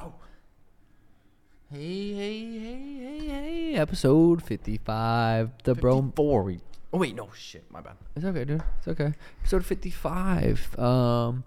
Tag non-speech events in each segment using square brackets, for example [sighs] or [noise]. Oh. Hey, hey, hey, hey, hey. Episode 55. The bro. Four. We. Oh wait, no shit. My bad. It's okay, dude. It's okay. Episode 55. Um,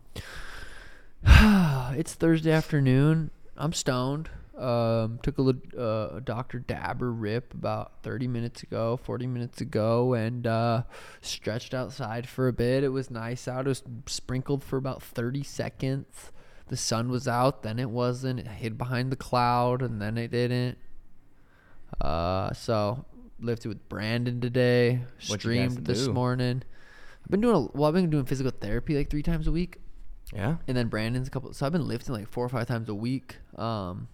[sighs] it's Thursday afternoon. I'm stoned. Um, took a lit- uh, a Dr. Dabber rip about 30 minutes ago, 40 minutes ago, and uh, stretched outside for a bit. It was nice out. It was sprinkled for about 30 seconds. The sun was out, then it wasn't. It hid behind the cloud, and then it didn't. Uh, so lifted with Brandon today. What'd you guys Streamed this do? morning. I've been doing a, well. I've been doing physical therapy like three times a week, Yeah. and then Brandon's a couple. So I've been lifting like four or five times a week. Um,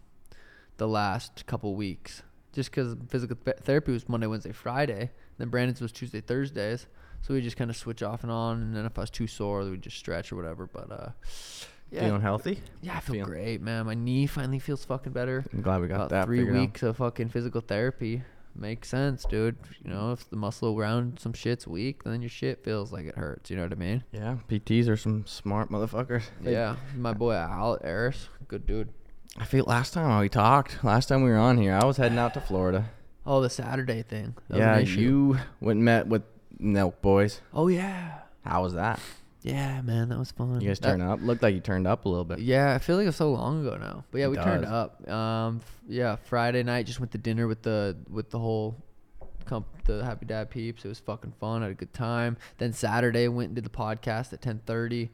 the last couple weeks, just because physical th- therapy was Monday, Wednesday, Friday. Then Brandon's was Tuesday, Thursdays. So we just kind of switch off and on. And then if I was too sore, we would just stretch or whatever. But uh, yeah, Feeling healthy. yeah, I feel Feeling- great, man. My knee finally feels fucking better. I'm glad we got About that three figured out. weeks of fucking physical therapy makes sense, dude. You know, if the muscle around some shit's weak, then your shit feels like it hurts. You know what I mean? Yeah. PTs are some smart motherfuckers. They- Yeah, my boy Al Harris, good dude. I feel last time we talked, last time we were on here, I was heading out to Florida. Oh, the Saturday thing. That was an yeah, issue. you went and met with Milk Boys. Oh yeah, How was that? yeah, man, that was fun. You guys That- turned up. Looked like you turned up a little bit. Yeah, I feel like it was so long ago now. But yeah, It we turned does. up. Um, f- yeah, Friday night just went to dinner with the with the whole comp- the Happy Dad peeps. It was fucking fun. I had a good time. Then Saturday went and did the podcast at ten thirty.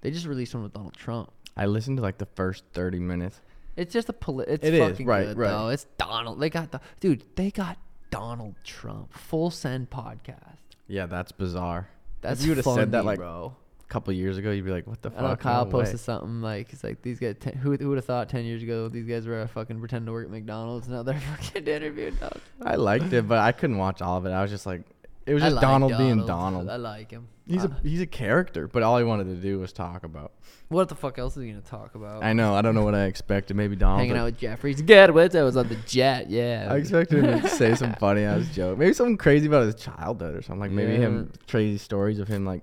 They just released one with Donald Trump. I listened to like the first thirty minutes. It's just a poli- It's It is, fucking right, good right. though. It's Donald. They got the dude. They got Donald Trump. Full send podcast. Yeah, that's bizarre. That's if you would have said that funny, like bro. a couple years ago, you'd be like, "What the I know fuck?" Uh, Kyle No way. posted something like it's like these guys. Ten, who who would have thought ten years ago these guys were uh, fucking pretending to work at McDonald's [laughs] now they're fucking interviewing Donald. Trump. I liked it, but I couldn't watch all of it. I was just like, it was I just like Donald, being Donald. I like him. Uh, He's a he's a character, but all he wanted to do was talk about. What the fuck else is he gonna talk about? I know. I don't know what I expected. Maybe Donald. Hanging but out with Jeffrey's good. What I was on the jet. Yeah. I expected him to [laughs] say some funny ass joke. Maybe something crazy about his childhood or something. Like maybe him crazy stories of him like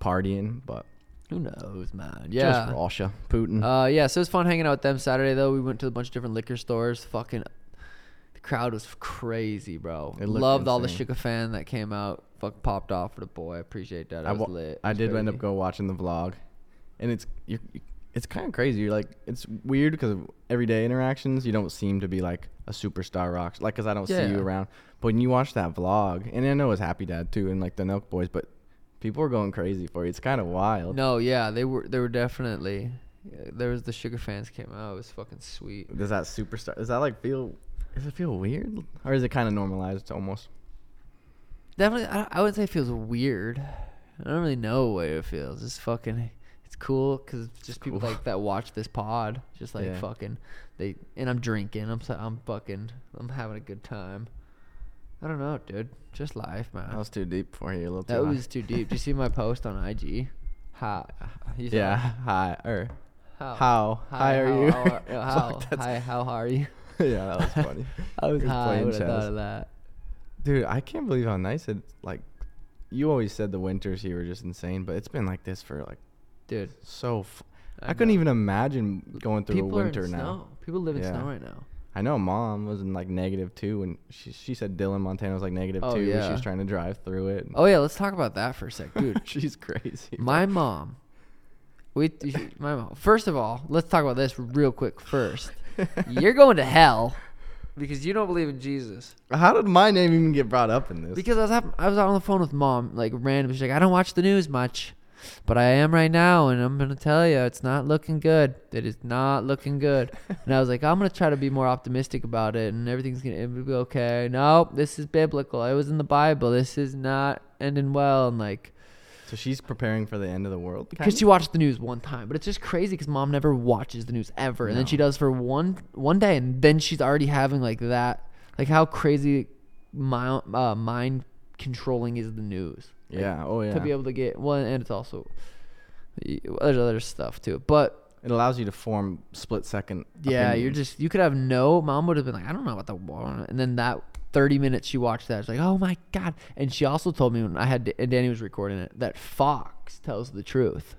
partying, but Who knows, man? just Yeah. Russia, Putin. Uh, yeah. So it was fun hanging out with them Saturday though. We went to a bunch of different liquor stores. Fucking, the crowd was crazy, bro. It looked Loved all the insane. Sugar fan that came out. Fuck popped off for the boy. I appreciate that. I I, was wa- lit. It I was did end crazy. up go watching the vlog, and it's you're, it's kind of crazy. You're like it's weird because of everyday interactions. You don't seem to be like a superstar rock, like because I don't see Yeah. you around. But when you watch that vlog, and I know it's Happy Dad too, and like the Milk Boys, but people are going crazy for you. It's kind of wild. No, yeah, they were they were definitely there was the sugar fans came out. It was fucking sweet. Does that superstar? Does that like feel? Does it feel weird, or is it kind of normalized almost? Definitely, I, I would say it feels weird. I don't really know what it feels. It's fucking. It's cool because just people cool. like that watch this pod. Just like Yeah. fucking they and I'm drinking. I'm so- I'm fucking. I'm having a good time. I don't know, dude. Just life, man. That was too deep for you. A little Uh, that too high. was too deep. Did [laughs] you see my post on IG? How? you saw- yeah. Hi. er. [laughs] Or uh, How? how high are how you? [laughs] are- Sorry, how, that's- hi, how are you? yeah, that [laughs] was funny. I was He high. I playing would have chess. thought of that. Dude, I can't believe how nice it like you always said the winters here were just insane, but it's been like this for like Dude, so f- I I, couldn't know. even imagine going through people a are winter in now. snow. People live in Yeah. snow right now. I know mom was in like negative 2 and she she said Dillon, Montana was like negative Oh, 2 when she yeah. was trying to drive through it. Oh yeah, let's talk about that for a sec, [laughs] dude. she's crazy. my mom. We my mom. First of all, let's talk about this real quick first. You're going to hell because you don't believe in Jesus. How did my name even get brought up in this? Because I was having, I was on the phone with mom like random. She's like, I don't watch the news much, but I am right now, and I'm gonna tell you, it's not looking good. It is not looking good. and I was like, I'm gonna try to be more optimistic about it, and everything's gonna it'll be okay. No, this is biblical. It was in the Bible. This is not ending well, and like. So she's preparing for the end of the world. kinda? Because she watched the news one time, but it's just crazy because mom never watches the news ever, and then No. she does for one one day, and then she's already having like that, like how crazy, mi- uh, mind controlling is the news. Like, yeah, oh yeah. to be able to get one, and it's also y- there's other stuff too. But it allows you to form split second. yeah, you're opinions. just you could have no. Mom would have been like, I don't know what the war, and then that. 30 minutes she watched that. It's like, oh my God. And she also told me when I had, and Danny was recording it, that Fox tells the truth.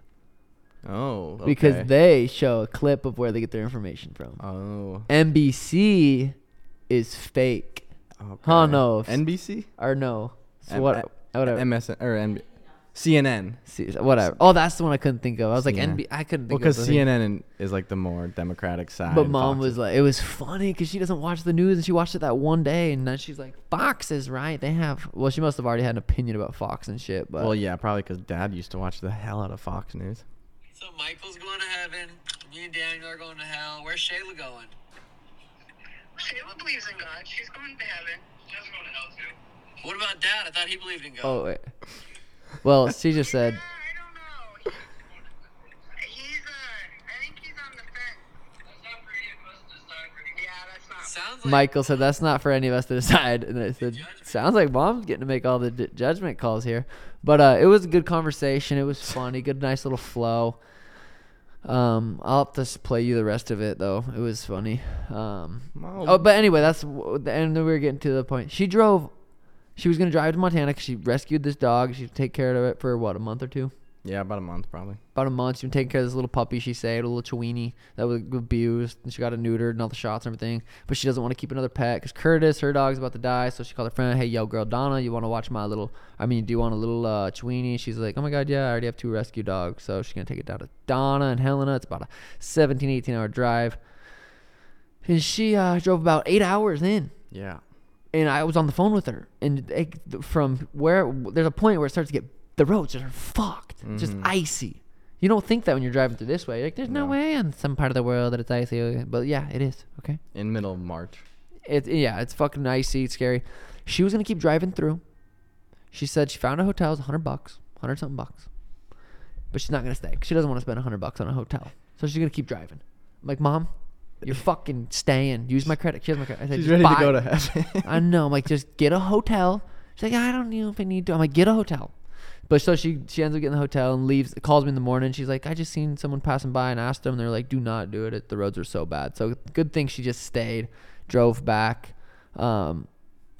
Oh, okay. because they show a clip of where they get their information from. Oh. NBC is fake. Okay. no. NBC? Or no. So M- what, uh, whatever. MSN or NB- CNN. See, whatever. Oh, that's the one I couldn't think of. I was like, CNN. NB. I couldn't Well, think because of the thing. CNN and- is like the more democratic side. But and mom Fox was is- like, it was funny because she doesn't watch the news and she watched it that one day and then she's like, Fox is right. They have. Well, she must have already had an opinion about Fox and shit. But well, yeah, probably because Dad used to watch the hell out of Fox News. So Michael's going to heaven. Me and Daniel are going to hell. Where's Shayla going? Shayla believes in God. She's going to heaven. She's going to hell too. What about Dad? I thought he believed in God. Oh wait. Well, she just said. Yeah, I don't know. He's uh, I think he's on the fence. That's not for any of us to decide. Yeah, that's not. Sounds like Michael said that's not for any of us to decide, and I said sounds like mom's getting to make all the d- judgment calls here. But uh, it was a good conversation. It was funny. Good, nice little flow. Um, I'll have to s- play you the rest of it though. It was funny. Um, Wow. oh, but anyway, that's w- the- and then we were getting to the point. She drove. She was gonna drive to Montana 'cause she rescued this dog. She'd take care of it for what a month or two Yeah, about a month probably. about a month. She been taking care of this little puppy she saved, a little Chiweenie that was abused, and she got it neutered and all the shots and everything. But she doesn't want to keep another pet because Curtis, her dog's about to die. So she called her friend, "Hey, yo, girl, Donna, you want to watch my little? I mean, do you want a little uh, Chiweenie?" She's like, "Oh my god, yeah, I already have two rescue dogs." So she's gonna take it down to Donna and Helena. It's about a 17, 18 hour drive, and she uh, drove about eight hours in Yeah. and I was on the phone with her, and it, from where there's a point where it starts to get the roads just are fucked, just Mm-hmm. icy. You don't think that when you're driving through this way. You're like, there's no, way in some part of the world that it's icy, but yeah, it is. Okay, In middle of March. it yeah, it's fucking icy, it's scary. She was gonna keep driving through. She said she found a hotel, it's hundred bucks, hundred something bucks, but she's not gonna stay. 'cause She doesn't want to spend hundred bucks on a hotel, so she's gonna keep driving. I'm like, mom, you're [laughs] fucking staying. Use my credit. Here's my credit. I said, She's "Just ready to buy- go [laughs] to heaven. [laughs] I know. I'm like, just get a hotel. She's like, I don't know if I need to. I'm like, get a hotel. But so she she ends up getting the hotel and leaves. Calls me in the morning. She's like, I just seen someone passing by and asked them. They're like, do not do it. It- The roads are so bad. So good thing she just stayed, drove back. Um,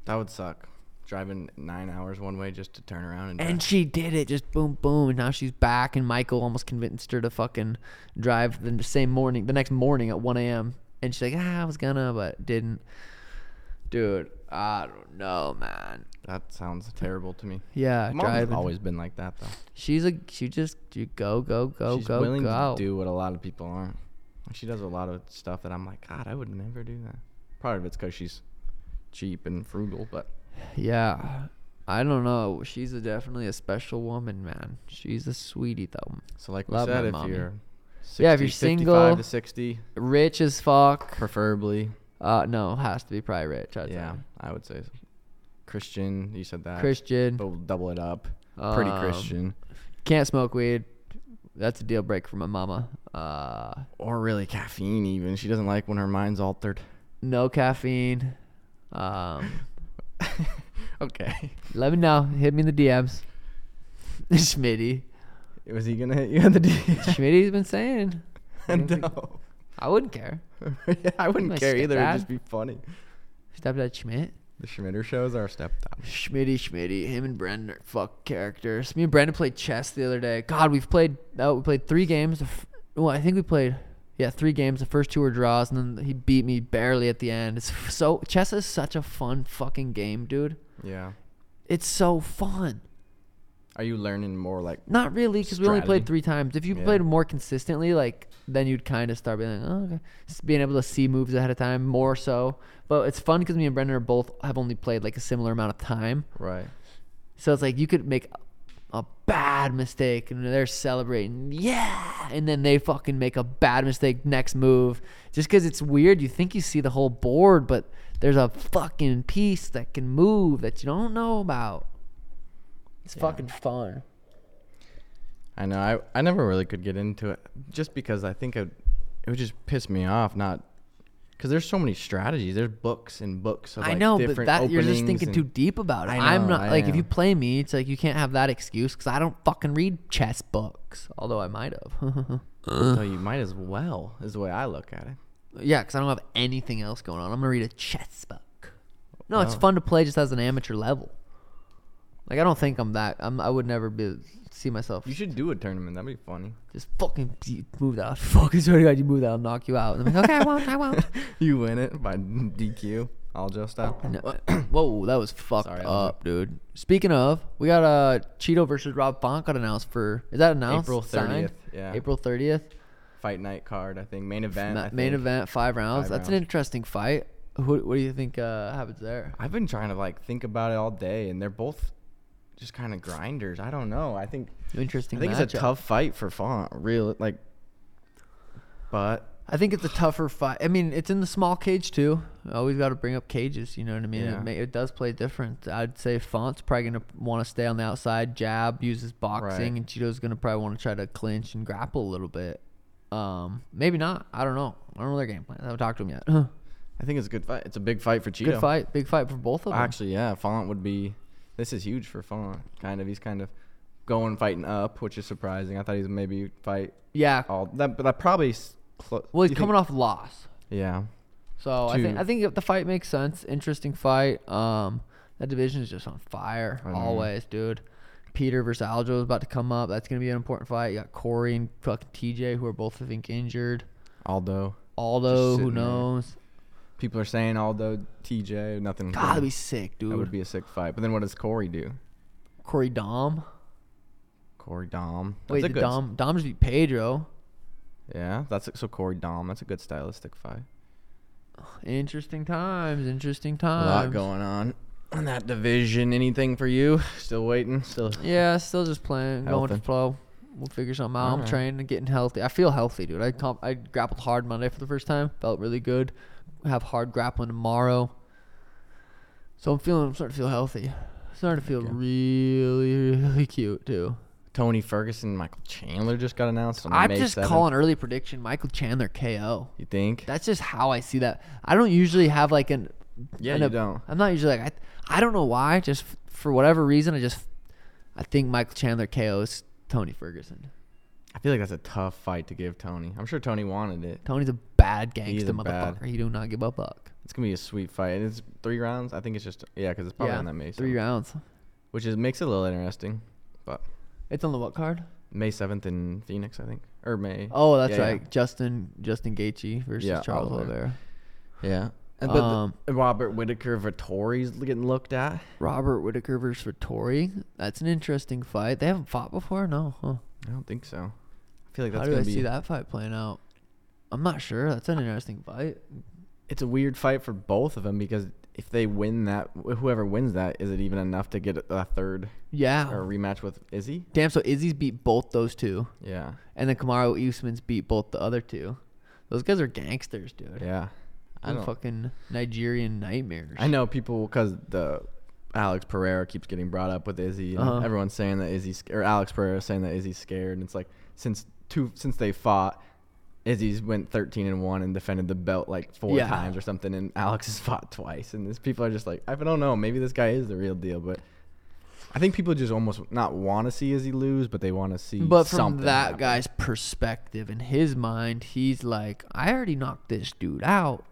that would suck. Driving nine hours one way just to turn around and, and drive. she did it, just boom, boom. And now she's back. And Michael almost convinced her to fucking drive the same morning, the next morning at 1 a.m. And she's like, ah, I was gonna, but didn't. Dude, I don't know, man. that sounds terrible to me. Yeah, Mom's driving. always been like that though. She's a she just you go go go She's Oh, go willing go. to do what a lot of people aren't. She does a lot of stuff that I'm like, God, I would never do that. Part of it's because she's cheap and frugal, but Yeah, I don't know. She's a, definitely a special woman, man. She's a sweetie though. So like Love we my said, if mommy. you're 60, Yeah, if you're 55 single- to 60, Rich as fuck. preferably. Uh, no, has to be probably rich. I'd yeah, say. I would say so. Christian. You said that. Christian. But we'll double it up. Pretty Um, Christian, Can't smoke weed. That's a deal break for my mama. Uh, or really caffeine. Even she doesn't like when her mind's altered. [laughs] no caffeine. Um, [laughs] okay. let me know. Hit me in the DMs. [laughs] [laughs] Schmitty. Was he gonna hit you on the [laughs] D? Schmitty's been saying. [laughs] no. I wouldn't care. [laughs] yeah, I wouldn't My care either. It'd stepdad. just be funny. Stepdad Schmidt. The Schmitter shows our stepdad. Schmitty, Schmitty, him and Brendan are fuck characters. Me and Brendan played chess the other day. God, we've played. Oh, we played three games. The f- Well, I think we played. Yeah, three games. The first two were draws, and then he beat me barely at the end. It's f- so chess is such a fun fucking game, dude. Yeah. It's so fun. Are you learning more like? Not really, because we only Strategy. played three times. If you Yeah. played more consistently, like then you'd kind of start being like, oh, okay, Just being able to see moves ahead of time more so. But it's fun because me and Brendan are both have only played like a similar amount of time. Right. So it's like you could make a bad mistake and they're celebrating, yeah, and then they fucking make a bad mistake next move. Just because it's weird, you think you see the whole board, but there's a fucking piece that can move that you don't know about. It's fucking fun. I know. I, I never really could get into it just because I think it, it would just piss me off. Not because there's so many strategies. There's books and books of like I know, but different that you're just openings thinking and- too deep about it. I I'm know, not I like if you am. play me, it's like you can't have that excuse because I don't fucking read chess books. Although I might have. [laughs] [clears throat] So you might as well is the way I look at it. Yeah, because I don't have anything else going on. I'm gonna read a chess book. No, it's fun to play just as an amateur level. Like I don't think I'm that. I'm. I would never be see myself. You should do a tournament. That'd be funny. just fucking you move that. out. [laughs] Fucking swear to God, you move that. I'll knock you out. And I'm like, okay, I won't. I [laughs] won't. you win it by DQ. All just out. No. [clears throat] Whoa, that was fucked Sorry, that was a- up, dude. Speaking of, we got uh Cheeto versus Rob Font got announced for is that announced? April Signed? 30th, yeah. April thirtieth. Fight night card. I think main event. I main think. event, five rounds. Five That's an rounds. interesting fight. Who, what do you think uh, happens there? I've been trying to like think about it all day, and they're both just kind of grinders. I don't know. I think Interesting. I think it's a matchup. tough fight for Font. Real like, but I think it's a tougher fight. I mean, it's in the small cage too. Always got to bring up cages. You know what I mean? Yeah. It, may, it does play different. I'd say Font's probably gonna want to stay on the outside, jab, uses boxing, Right. and Cheeto's gonna probably want to try to clinch and grapple a little bit. Um, maybe not. I don't know. I don't know their game plan. I haven't talked to him yet. [laughs] Good I think it's a good fight. It's a big fight for Cheeto. fight, big fight for both of them. Actually, yeah, Font would be. This is huge for Font. Kind of, he's kind of going fighting up, which is surprising. I thought he's maybe fight yeah. all that, but that probably. s- Clo- Well, Oh. you he's think- coming off a loss. Yeah, So I think Two. I think the fight makes sense. Interesting fight. Um, that division is just on fire know. always, dude. Peter versus Aljo is about to come up. That's gonna be an important fight. You got Corey and fucking TJ, who are both I think injured. Aldo. Aldo, who sitting there. knows? People are saying Aldo, TJ, nothing. God, that'd be sick, that dude. would be a sick fight. But then what does Corey do? Corey Dom. Corey Dom. That's Wait, a the good- Dom Dom's beat Pedro. Yeah, that's so Corey Dom. That's a good stylistic fight. Interesting times. Interesting A lot times. going on in that division. Anything for you? [laughs] Still waiting. Still. Yeah, still just playing, going Healthy. with flow. We'll figure something out. I'm Alright. training and getting healthy. I feel healthy, dude. I comp- I grappled hard Monday for the first time. Felt really good. Have hard grappling tomorrow. So I'm feeling. I'm starting to feel healthy. Starting to feel Okay. really, really cute too. Tony Ferguson, Michael Chandler just got announced on I'm May just 7th. calling early prediction. Michael Chandler KO. You think? That's just how I see that. I don't usually have like an. Yeah, an you op- don't. I'm not usually like I. I don't know why. Just f- for whatever reason, I just. I think Michael Chandler KOs Tony Ferguson. I feel like that's a tough fight to give Tony. I'm sure Tony wanted it. Tony's a bad He's gangster a bad- motherfucker. He do not give a fuck. It's gonna be a sweet fight, and it's three rounds. I think it's just yeah, because it's probably on Oh, that May three 7th, rounds. which is makes it a little interesting. But It's on the what card? May seventh in Phoenix, I think, or May. Oh, that's Yeah, yeah. right. Justin Justin Gaethje versus Yeah, Charles Oliveira. Oliveira. Yeah. And, but Um, the, Robert Whitaker Vittori's getting looked at. Robert Whitaker versus Vittori. That's an interesting fight. They haven't fought before, no? Huh. I don't think so. I feel like How that's do gonna I be. see that fight playing out? I'm not sure. That's an interesting fight. It's a weird fight for both of them because if they win that, wh- whoever wins that, is it even enough to get a- a third Yeah. or a rematch with Izzy? Damn. So Izzy's beat both those two, Yeah, and then Kamaru Usman's beat both the other two. Those guys are gangsters, dude. yeah. I Them don't. fucking Nigerian nightmares. I know people because the Alex Pereira keeps getting brought up with Izzy. And Uh-huh. Everyone's saying that Izzy's sc- or Alex Pereira saying that Izzy's scared, and it's like since two since they fought, Izzy's went thirteen and one and defended the belt like four Yeah. times or something, and Alex has [laughs] fought twice, and these people are just like, I don't know, maybe this guy is the real deal, but. I think people just almost not want to see Izzy lose, but they want to see. But from something that happen. guy's perspective, in his mind, he's like, I already knocked this dude out.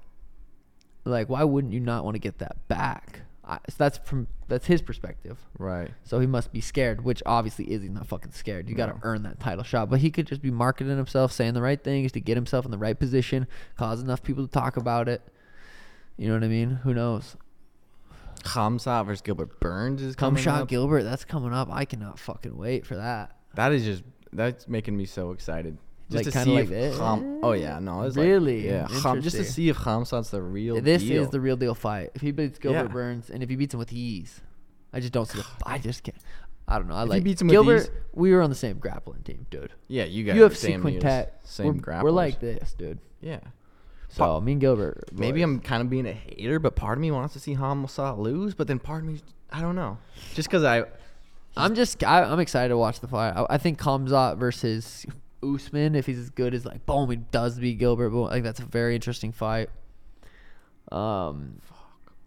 Like, why wouldn't you not want to get that back? I, so that's from that's his perspective. right? So he must be scared, which obviously Izzy's not fucking scared. You got to earn that title shot. But he could just be marketing himself, saying the right things to get himself in the right position, cause enough people to talk about it. You know what I mean? Who knows? Kamsat versus Gilbert Burns is Come coming shot up. Gilbert, that's coming up. I cannot fucking wait for that. That is just that's making me so excited. Like, Just to kinda see like if this? Ham- oh yeah, no, it's Really? like, yeah, Ham- just to Interesting. see if Hamsat's the real This deal. is the real deal fight. If he beats Gilbert Yeah. Burns and if he beats him with ease, I just don't see the. I just can't. I don't know. I he like beats him with Gilbert. ease- we were on the same grappling team, dude. yeah, you guys are UFC same quintet. Years, we're, same grapplers. We're like this, dude. yeah. So Pa- me and Gilbert. are Maybe boys. I'm kind of being a hater, but part of me wants to see Hamsat lose, but then part of me, I don't know, just because I I'm just. I, I'm excited to watch the fight. I, I think Kamzat versus Usman, if he's as good as like boom, he does beat Gilbert. Boom, like that's a very interesting fight. Um,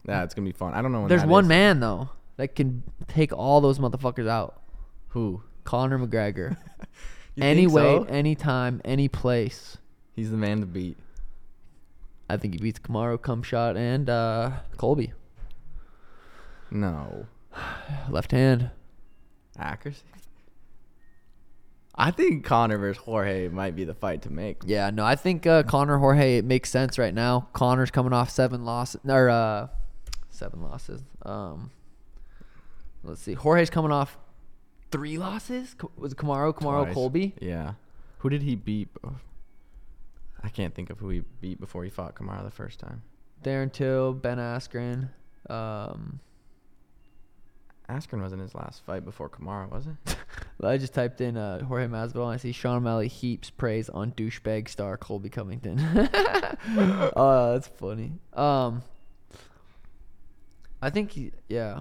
yeah, it's gonna be fun. I don't know. When there's that one is. man though that can take all those motherfuckers out. who Conor McGregor. [laughs] You any think so? weight, any time, any place. he's the man to beat. I think he beats Kamaru, Cumshot, and uh, Colby. No, Left hand. Accuracy. I think Connor versus Jorge might be the fight to make. Yeah, no, I think uh, Connor Jorge it makes sense right now. Connor's coming off seven losses or uh, seven losses. Um, let's see, Jorge's coming off three losses. K- Was it Camaro, Camaro, Twice. Colby? Yeah. Who did he beat? bef- I can't think of who he beat before he fought Kamara the first time. Darren Till, Ben Askren. Um, Askren wasn't his last fight before Kamara, was it? [laughs] I just typed in uh, Jorge Masvidal and I see Sean O'Malley heaps praise on douchebag star Colby Covington. [laughs] oh, that's funny. Um, I think he, yeah.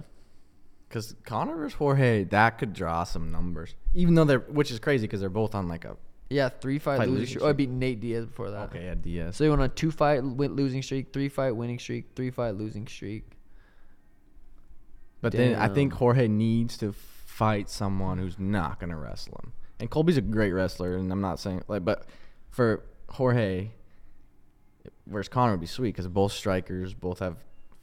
Because Connor versus Jorge, that could draw some numbers. Even though they're, which is crazy because they're both on like a Yeah, three fight, Fight losing losing streak. Oh, I beat Nate Diaz before that. okay, a Diaz. So he went on a two fight win- losing streak, three fight winning streak, three fight losing streak. But then I think Damn. Jorge needs to fight someone who's not gonna wrestle him. And Colby's a great wrestler, and I'm not saying like, but for Jorge versus Connor would be sweet because both strikers both have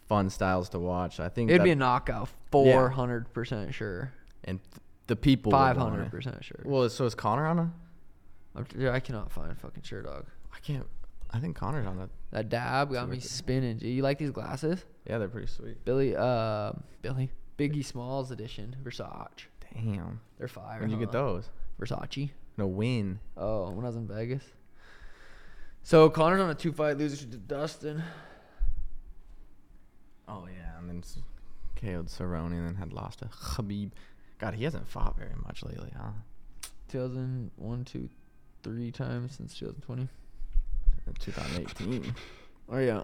fun styles to watch. I think It'd that- be a knockout, four hundred percent sure, and th- the people would five want hundred it. percent sure. Well, so is Connor on a? I'm, dude, I cannot find fucking sure dog. I can't. I think Connor's on a. That dab got me worth it. spinning. G. You like these glasses, Yeah, they're pretty sweet. Billy? Uh, Billy, Biggie Smalls edition Versace. Damn. They're fire. Where'd you get huh? those? Versace. No win. Oh, when I was in Vegas. So Connor's on a two fight losing streak to Dustin. Oh yeah, and then s- KO'd Cerrone and then had lost to Khabib. God, he hasn't fought very much lately, huh? 2001, two, three times since 2020. 2018. Oh yeah.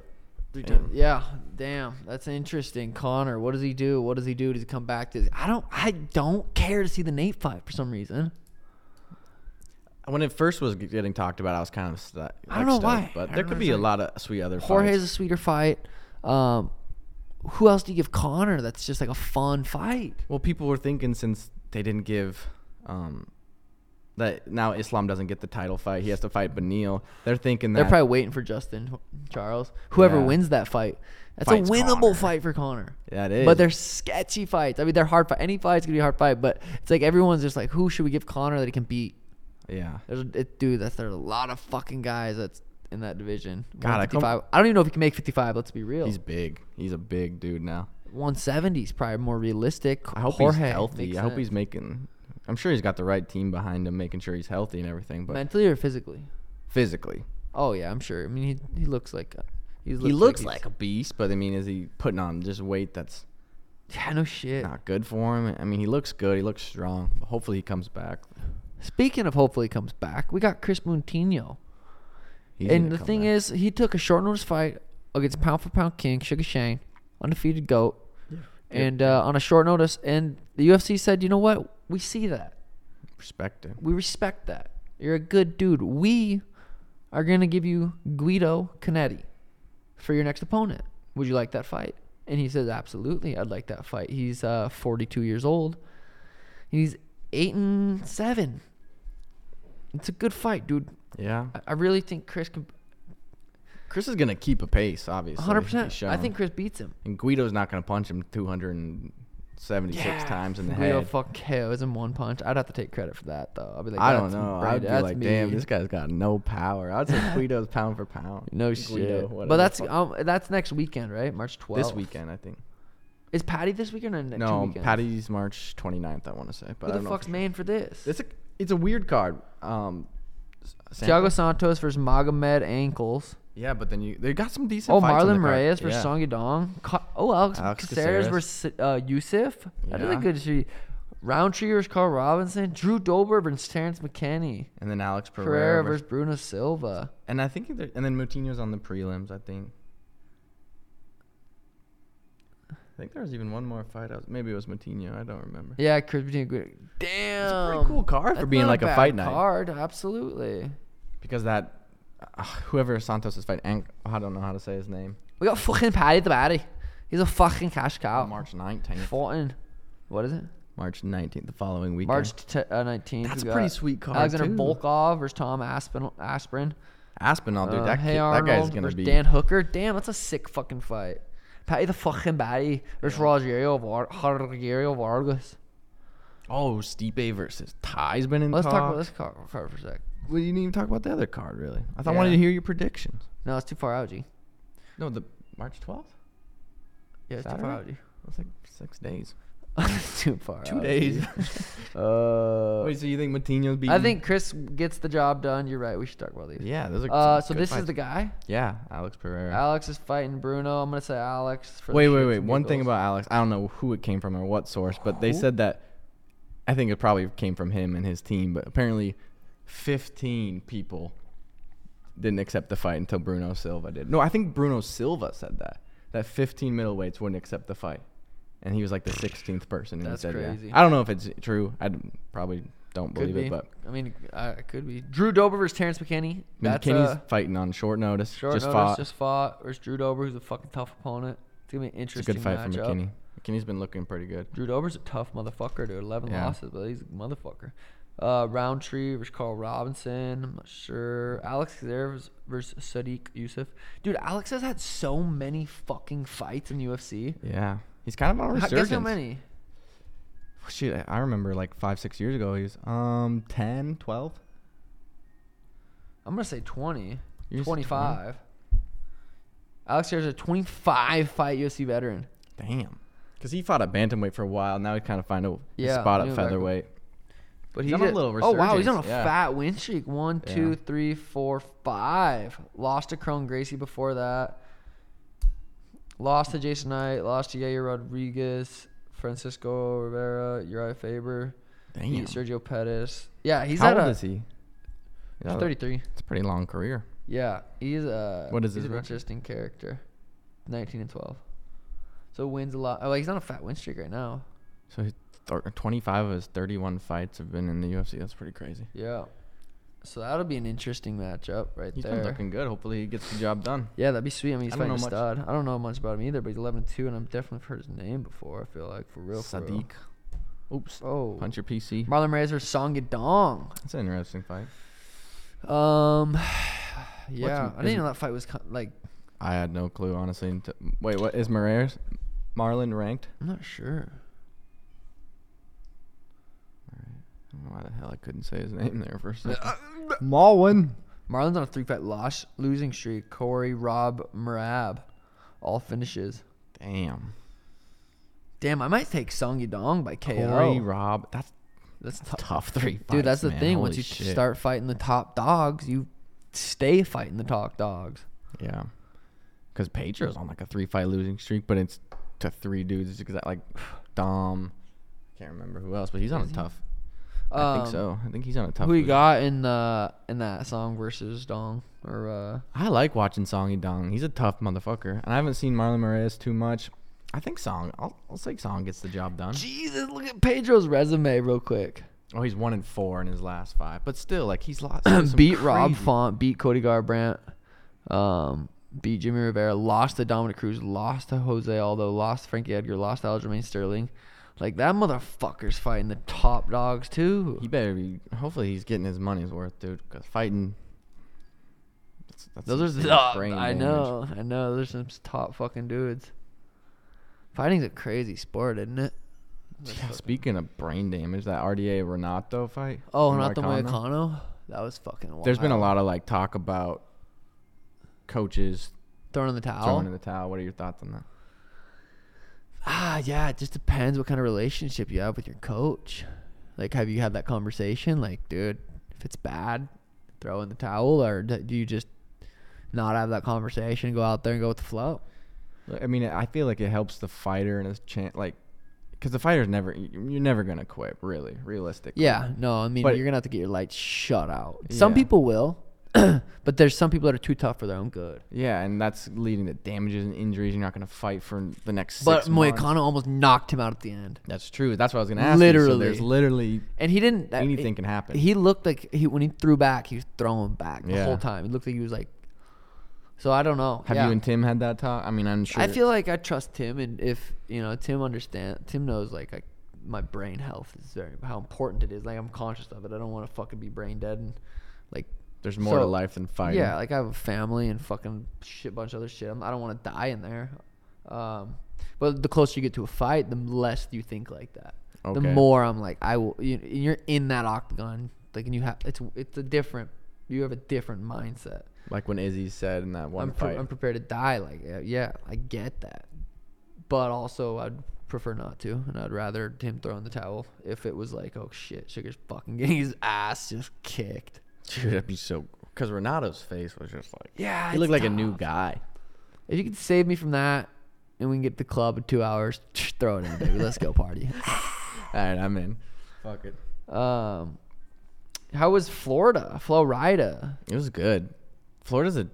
Three Damn. times. Yeah, damn. That's interesting. Connor, what does he do? What does he do? Does he come back to I don't I don't care to see the Nate fight for some reason. [laughs] when it first was getting talked about, I was kind of stu- like, I don't know stoked, why. I but there don't could know, be a it's lot of sweet other Jorge's a fights. sweeter fight. Um who else do you give Connor that's just like a fun fight? Well, people were thinking since they didn't give um, that now Islam doesn't get the title fight, he has to fight Benil. They're thinking that They're probably waiting for Justin Charles. Whoever Yeah. wins that fight, that's Fights a winnable Conor. fight for Connor. That is. But they're sketchy fights. I mean, they're hard fight. Any fight's gonna be a hard fight, but it's like everyone's just like, who should we give Connor that he can beat? yeah. There's, it, dude, that's there's a lot of fucking guys that's in that division. God, I 155. come- I, don't even know if he can make 55. Let's be real. He's big. He's a big dude now. 170 is probably more realistic. I hope Jorge he's healthy. makes I hope he's sense. making. I'm sure he's got the right team behind him, making sure he's healthy and everything. But mentally or physically. physically, Oh yeah, I'm sure. I mean, he, he looks like a- he's he looks like, he's- a beast. But I mean, is he putting on just weight that's yeah, no shit. not good for him? I mean, he looks good. He looks strong. Hopefully, he comes back. Speaking of, hopefully comes back. We got Chris Montino. He's and gonna the come thing back. is, he took a short notice fight against pound for pound king Sugar Shane, undefeated goat, and uh, on a short notice. And the UFC said, you know what? We see that. perspective. We respect that. You're a good dude. We are gonna give you Guido Canetti for your next opponent. Would you like that fight? And he says, absolutely. I'd like that fight. He's uh, 42 years old. He's eight and seven. It's a good fight, dude. Yeah, I- I really think Chris can Chris is gonna keep a pace, obviously. hundred He's percent. I shown. think Chris beats him. and Guido's not gonna punch him 276 times in the Guido head. fuck KOs in one punch. I'd have to take credit for that though. I'd be like, I don't "That's know. right, I'd be that's like, me." damn, this guy's got no power. I'd say [laughs] Guido's pound for pound. No Guido, shit. whatever But that's the fuck. um, that's next weekend, right? March twelfth. this weekend, I think. Is Patty this weekend or next no, weekend? Patty's March 29th, I want to say. But Who I the don't fuck's know. man for this? It's a it's a weird card. Um, S- Santos- Thiago Santos versus Magomed Ankles. Yeah, but then you they got some decent. Oh, fights on the Marlon card. Reyes versus yeah. Song Yadong. Ca- oh, Alex, Alex Caceres, Caceres. versus uh, Yusuf. That is a Yeah. good street. Roundtree versus Carl Robinson. Drew Dober versus Terrence McKinney. And then Alex Pereira, Pereira versus versus Bruno Silva. And I think, either, and then Moutinho's on the prelims. I think. I think there was even one more fight. I was, maybe it was Moutinho. I don't remember. Yeah, Chris Bettina. Good. Damn, a pretty cool card for That's being not like a bad fight night. Card, absolutely. Because that, uh, whoever Santos is fighting, Ang- I don't know how to say his name. We got fucking Paddy the Batty. He's a fucking cash cow. March nineteenth. Fulton. What is it? March nineteenth, the following weekend. March uh, nineteenth. That's a pretty sweet card, Alexander too. Volkov versus Tom Aspin. Aspirin. Aspinall, Oh, dude. Uh, that hey kid, that Arnold guy's gonna versus be. Dan Hooker. Damn, that's a sick fucking fight. Patty the fucking Batty versus Rogerio, Var- Rogerio Vargas. Oh, Stipe versus Ty's been in Let's talk about talks. this car, car for a sec. We didn't even talk about the other card, really. I thought I Yeah. wanted to hear your predictions. No, it's too far out, G. No, the March 12th? Yeah, it's too far out, G. Saturday? That's like six days. It's [laughs] too far Two out, days. G. [laughs] Uh, Wait, so you think Matinho's [laughs] beating? I [laughs] think Chris gets the job done. You're right. We should talk about these. Yeah, those are. Uh, some so good this is fights. the guy. Yeah, Alex Pereira. Alex is fighting Bruno. I'm gonna say Alex. For the wait, wait, shits wait. and One thing giggles. about Alex, I don't know who it came from or what source, but they Who? said that I think it probably came from him and his team, but apparently 15 people didn't accept the fight until Bruno Silva did. No, I think Bruno Silva said that. That 15 middleweights wouldn't accept the fight. And he was like the 16th person. and he That's said, yeah. crazy. I don't know if it's true. I probably don't could believe be. it, but I mean, uh, it could be Drew Dober versus Terrence McKinney. That's McKinney's uh, fighting on short notice. short just notice. fought. Just fought versus Drew Dober, who's a fucking tough opponent. It's gonna be an it's interesting a good fight matchup. for McKinney. McKinney's been looking pretty good. Drew Dober's a tough motherfucker, dude. 11 Yeah. losses, but he's a motherfucker. Uh, Roundtree versus Carl Robinson. I'm not sure. Alex Kazayev versus Sadiq Yusuf. Dude, Alex has had so many fucking fights in UFC. Yeah. He's kind of on a H- resurgence. Guess how many? Shoot, I- I remember like five, six years ago, he was um 10, 12. I'm going to say 20. You said 25. Alex Kazarev's a 25 fight UFC veteran. Damn. Because he fought at bantamweight for a while. Now he's kind of find a Yeah, spot at new record. featherweight. But He's he on a did- little Oh wow, he's on a resurgence, yeah. fat win streak. One, Yeah. two, three, four, five. Lost to Crone Gracie before that. Lost to Jason Knight. Lost to Yair Rodriguez, Francisco Rivera, Uriah Faber, beat Damn. Sergio Pettis. Yeah, he's How at old a, is he? he's Yeah, 33. It's a pretty long career. Yeah, he's a What is he's his an record? interesting character. 19 and 12. So wins a lot. Oh, like he's on a fat win streak right now. So he's thir- 25 of his 31 fights have been in the UFC. That's pretty crazy. Yeah. So that'll be an interesting matchup right He's there. been looking good. Hopefully he gets the job done. Yeah, that'd be sweet. I mean, he's I don't fighting a know much. stud. I don't know much about him either, but he's 11 2, and I've definitely heard his name before, I feel like, for real. For real. Sadiq. Oops. Oh. Punch your PC. Marlon Reyes versus Song Yadong. That's an interesting fight. Um, [sighs] yeah. What's- I didn't is- know that fight was, co- like, I had no clue, honestly. until- Wait, what is Moraes? Marlon ranked? I'm not sure. I don't know why the hell I couldn't say his [laughs] name there for a second. [laughs] Marlon. Marlon's on a three fight loss, losing streak. Corey, Rob, Marab. All finishes. Damn. Damn, I might take Song Yadong by KO. Corey Rob. That's that's that's a tough. tough three. Dude, that's fights, the man. thing. Once Holy you shit. start fighting the top dogs, you stay fighting the top dogs. yeah, because Pedro's on like a three fight losing streak, but it's to three dudes. Because like [sighs] Dom, can't remember who else, but he's on a tough. I think Um, so. I think he's on a tough. Who you losing- got in the in that song versus Dong or uh I like watching Song Dong. He's a tough motherfucker, and I haven't seen Marlon Moraes too much. I think Song. I'll, I'll say Song gets the job done. Jesus, look at Pedro's resume real quick. Oh, he's one and four in his last five, but still, like [coughs] he's lost. some beat Rob crazy- Font, beat Cody Garbrandt, um, beat Jimmy Rivera, lost to Dominic Cruz, lost to Jose Aldo, lost to Frankie Edgar, lost to Aljamain Sterling. Like that motherfucker's fighting the top dogs too. He better be. Hopefully, he's getting his money's worth, dude. 'cause fighting. That's, that's Those are some the uh, serious I damage. know, I know. There's some top fucking dudes. Fighting's a crazy sport, isn't it? Yeah, speaking of brain damage, that RDA Renato fight. Oh, from not the Marcano, Moicano. That was fucking wild. There's been a lot of like talk about coaches thrown in the towel. throwing in the towel. What are your thoughts on that? Ah, yeah, it just depends what kind of relationship you have with your coach. Like, have you had that conversation? Like, dude, if it's bad, throw in the towel, or d- do you just not have that conversation? Go out there and go with the flow. Like, I mean, I feel like it helps the fighter and his chance, like, because the fighter's never, you're never gonna quit, really, realistically. Yeah, no, I mean, But- you're gonna have to get your lights shut out. Some Yeah. people will, [clears throat] but there's some people that are too tough for their own good. Yeah, and that's leading to damages and injuries. You're not gonna fight for the next. Six but months. Moicano almost knocked him out at the end. That's true. That's what I was gonna ask. Literally, Literally. there's literally And he didn't. that- Anything it- can happen. He looked like he when he threw back, he was throwing back the Yeah. whole time. He looked like he was like. So I don't know. Have Yeah. you and Tim had that talk? I mean, I'm sure. I feel like I trust Tim, and if you know Tim understand, Tim knows like I, my brain health is very how important it is. Like I'm conscious of it. I don't want to fucking be brain dead and like. there's more to so- life than fighting. Yeah, like I have a family and fucking shit bunch of other shit. I'm, I don't want to die in there. Um, but the closer you get to a fight, the less you think like that. the Okay. more I'm like I will. You, you're in that octagon, like, and you have it's it's a different. You have a different mindset. Like when Izzy said in that one I'm, pre- fight. I'm prepared to die. Like, yeah, yeah, I get that, but also I'd prefer not to, and I'd rather him throw in the towel if it was like, oh shit, Sugar's fucking [laughs] getting his ass just kicked. Dude, that'd be so. Because Renato's face was just like. Yeah, He it's looked like a new tough. guy. If you could save me from that, and we can get to the club in two hours, [laughs] throw it in, baby. Let's go [laughs] party. All right, I'm in. Fuck it. Um, how was Florida, Florida? It was good. Florida's a.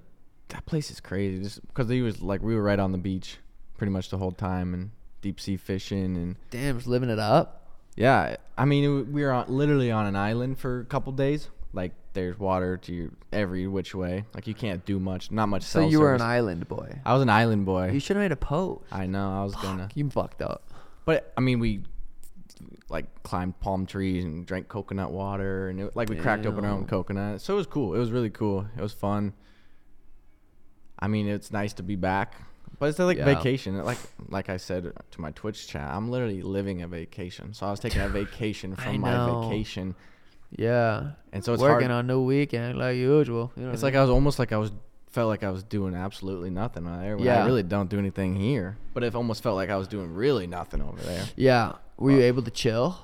That place is crazy. Just because he was like, we were right on the beach pretty much the whole time and deep sea fishing and. Damn, just living it up. Yeah, I mean, it, w- we were on, literally on an island for a couple days. Like, there's water to your, every which way. Like, you can't do much. Not much. So cell you were an service. island boy. I was an island You boy. should have made a post. I know. I was gonna. You fucked up. But I mean, we like climbed palm trees and drank coconut water, and it, like we cracked open our own Damn. coconut. So it was cool. It was really cool. It was fun. I mean, it's nice to be back, but it's like Yeah. vacation. Like like I said to my Twitch chat, I'm literally living a vacation. So I [laughs] was taking a vacation I from my know. vacation, Yeah. and so it's working hard. on the weekend like usual. You know it's what like I was almost like I was felt like I was doing absolutely nothing over there. When I Yeah. really don't do anything here, but it almost felt like I was doing really nothing over there. I mean? yeah. Were you able to chill?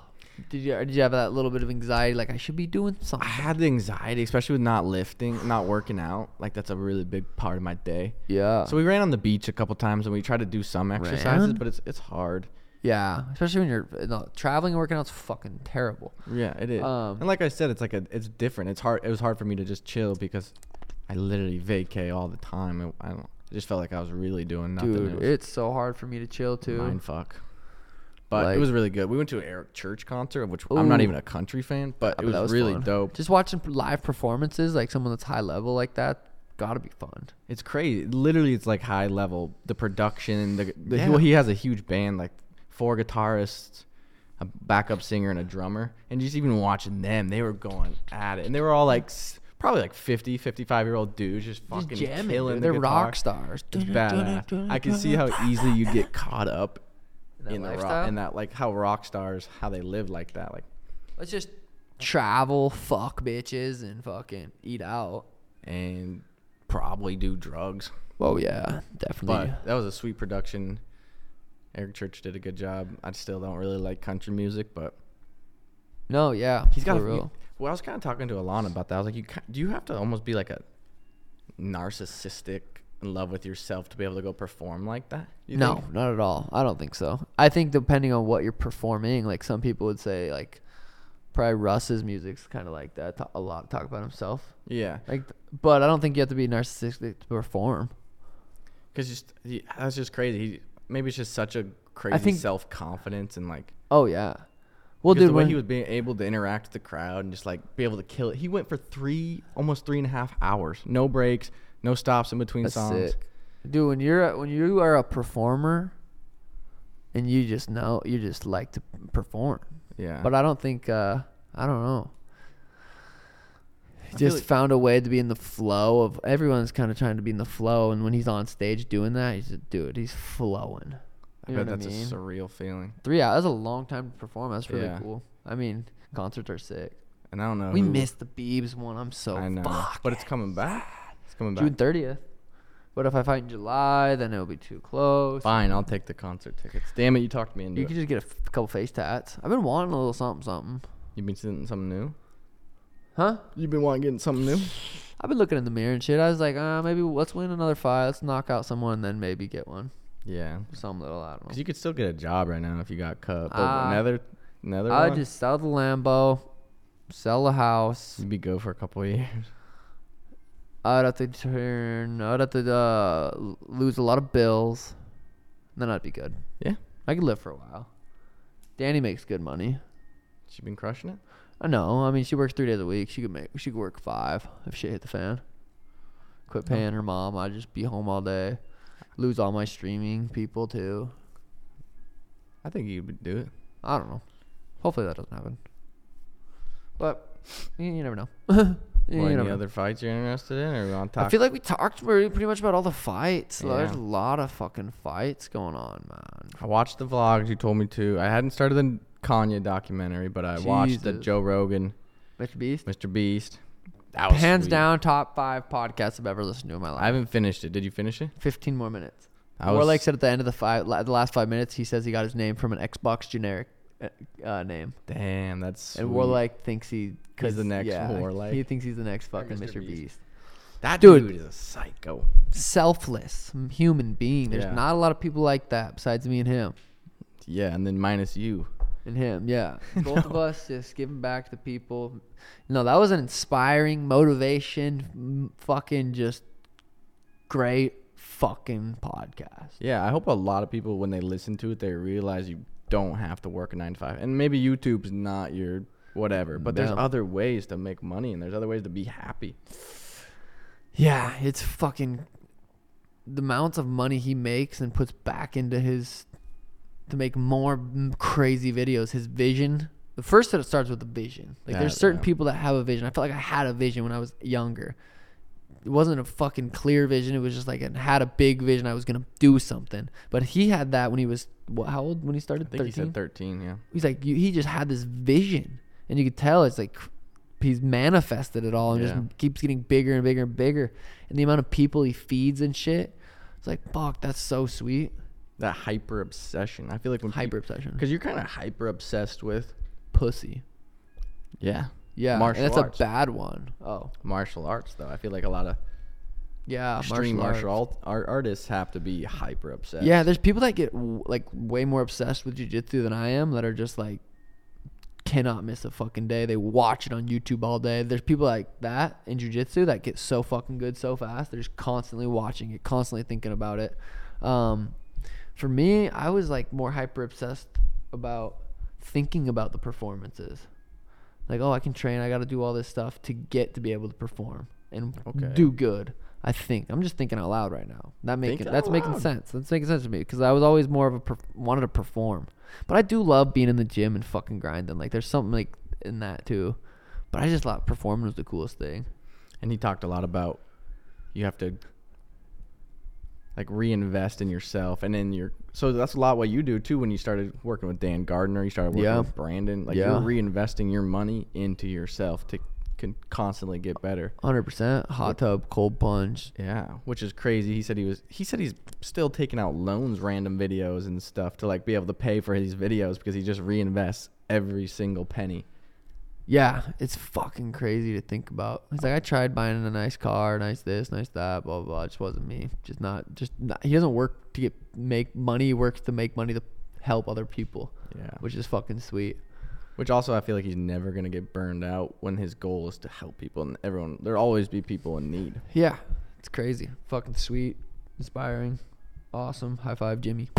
Did you or did you have that little bit of anxiety like I should be doing I something? had the anxiety, especially with not lifting, not working out. Like that's a really big part of my day. Yeah. So we ran on the beach a couple times, and we tried to do some exercises, Ran? but it's it's hard. yeah, especially when you're no, traveling and working out's fucking terrible. Yeah, it is. Um, and like I said, it's like a it's different. It's hard. It was hard for me to just chill because I literally vacay all the time. and I don't. I just felt like I was really doing nothing. Dude, it it's so hard for me to chill was too. mind fuck. But Like- it was really good. We went to an Eric Church concert, of which I'm not Ooh. even a country fan, but it But was, that really fun. dope. Just watching p- live performances, like someone that's high level like that, gotta be fun. It's crazy. Literally, it's like high level. The production. The, the Yeah. well, he has a huge band, like four guitarists, a backup singer, and a drummer. And just even watching them, they were going at it, and they were all like s- probably like 50, 55 year old dudes just fucking Just jamming. killing. dude. the They're rock guitar. stars. It's badass. I can see how easily you get [laughs] caught up that in the rock lifestyle? and that like how rock stars how they live like that. Like Let's just travel, fuck bitches, and fucking eat out. and probably do drugs. Well, yeah, definitely. But that was a sweet production. Eric Church did a good job. I still don't really like country music, but no, yeah, he's got for a real. well, I was kind of talking to Alana about that. I was like, you ki- do you have to almost be like a narcissistic in love with yourself to be able to go perform like that? You No, think? not at all. I don't think so. I think depending on what you're performing, like some people would say, like probably Russ's music's kind of like that. ta- A lot talk about himself, Yeah, like, th- but I don't think you have to be narcissistic to perform. because just he, that's just crazy. He, maybe it's just such a crazy think- self confidence and like Oh yeah, well, 'Cause dude, the way when, he was being able to interact with the crowd and just like be able to kill it. He went for three, almost three and a half hours, no breaks, no stops in between that's songs. sick. dude. When you're a, when you are a performer, and you just know you just like to perform. Yeah, But I don't think uh I don't know. He feel just like- found a way to be in the flow of everyone's kind of trying to be in the flow, and when he's on stage doing that, he's just, dude, he's flowing. I You know bet what that's I mean? a surreal feeling. Three hours, that's a long time to perform. That's really Yeah. cool. I mean, concerts are sick. And I don't know. We who- missed the Biebs one. I'm so I know, fuck. but it's coming back. It's coming back. June 30th. But if I fight in July, then it'll be too close. Fine, I'll take the concert tickets. Damn it, you talked me into You it. could just get a f- couple face tats. I've been wanting a little something, something. You've been seeing something new. Huh? You've been wanting getting something new. I've been looking in the mirror and shit. I was like, uh, maybe let's win another fight. Let's knock out someone, then maybe get one. [laughs] Yeah, Some little, I don't because know. you could still get a job right now if you got cut. But Uh, another, another I one. just sell the Lambo, sell the house. you'd be go for a couple [laughs] of years. I'd have to turn. I'd have to uh, l- lose a lot of bills. Then I'd be good. Yeah, I could live for a while. Danny makes good money. she's been crushing it. I know. I mean, she works three days a week. She could make. She could work five if shit hit the fan. Quit paying her mom. I'd just be home all day. Lose all my streaming people too. I think you would do it. I don't know. Hopefully that doesn't happen. But you, you never know. [laughs] you, you Well, never any know. other fights you're interested in, or we want to talk? I feel like we talked pretty pretty much about all the fights. There's Yeah. a lot of fucking fights going on, man. I watched the vlogs you told me to. I hadn't started the Kanye documentary, but I watched the Jesus. Joe Rogan, Mr. Beast. Mr. Beast. That was Hands sweet. down, top five podcasts I've ever listened to in my I life. haven't finished it. Did you finish it? 15 more minutes. I Warlake said at the end of the five, la- the last five minutes, he says he got his name from an Xbox generic uh, uh, name, Damn, that's sweet. and Warlake thinks he He's the next yeah, Warlake. He thinks he's the next fucking Mr. Mr. Beast. Beast. that dude- dude, is a psycho. Selfless m- human being. There's Yeah. not a lot of people like that besides me and him. Yeah, and then minus you. And him, yeah. Both of [laughs] No. us just giving back to people. No, that was an inspiring motivation, m- fucking just great fucking podcast. Yeah, I hope a lot of people when they listen to it, they realize you don't have to work a nine to five, and maybe YouTube's not your whatever. But there's No. other ways to make money, and there's other ways to be happy. Yeah, it's fucking the amounts of money he makes and puts back into his to make more m- crazy videos. His vision. The first that it starts with the vision. Like there's That, certain yeah. people that have a vision. I felt like I had a vision when I was younger. It wasn't a fucking clear vision. It was just like I had a big vision. I was gonna do something. But he had that when he was what, how old when he started? I think he said thirteen. Yeah, he's like you, he just had this vision and you could tell it's like he's manifested it all and Yeah. just keeps getting bigger and bigger and bigger and the amount of people he feeds and shit it's like fuck that's so sweet that hyper obsession. I feel like when hyper obsession because you're kind of hyper obsessed with pussy yeah yeah martial and that's arts. a bad one. Oh. martial arts though. I feel like a lot of yeah extreme martial, arts. alt- ar- artists have to be hyper obsessed. yeah there's people that get w- like way more obsessed with jiu-jitsu than i am that are just like cannot miss a fucking day they watch it on youtube all day there's people like that in jiu-jitsu that get so fucking good so fast they're just constantly watching it constantly thinking about it um, for me i was like more hyper obsessed about thinking about the performances like oh i can train i gotta do all this stuff to get to be able to perform and Okay. do good i think i'm just thinking out loud right now that Think making out that's making loud. sense that's making sense to me because i was always more of a perf- wanted to perform but i do love being in the gym and fucking grinding like there's something like in that too but i just thought performing was the coolest thing and he talked a lot about you have to like reinvest in yourself and in your so that's a lot what you do too when you started working with Dan Gardner you started working Yeah. with Brandon like Yeah. you're reinvesting your money into yourself to can constantly get better 100% hot tub cold plunge yeah which is crazy he said he was he said he's still taking out loans random videos and stuff to like be able to pay for his videos because he just reinvests every single penny yeah it's fucking crazy to think about it's like i tried buying a nice car nice this nice that blah blah, blah. it just wasn't me just not just not, he doesn't work to get make money he works to make money to help other people yeah which is fucking sweet Which also, I feel like he's never gonna get burned out when his goal is to help people and everyone. There'll always be people in need. Yeah, it's crazy. Fucking sweet, inspiring, awesome. High five, Jimmy.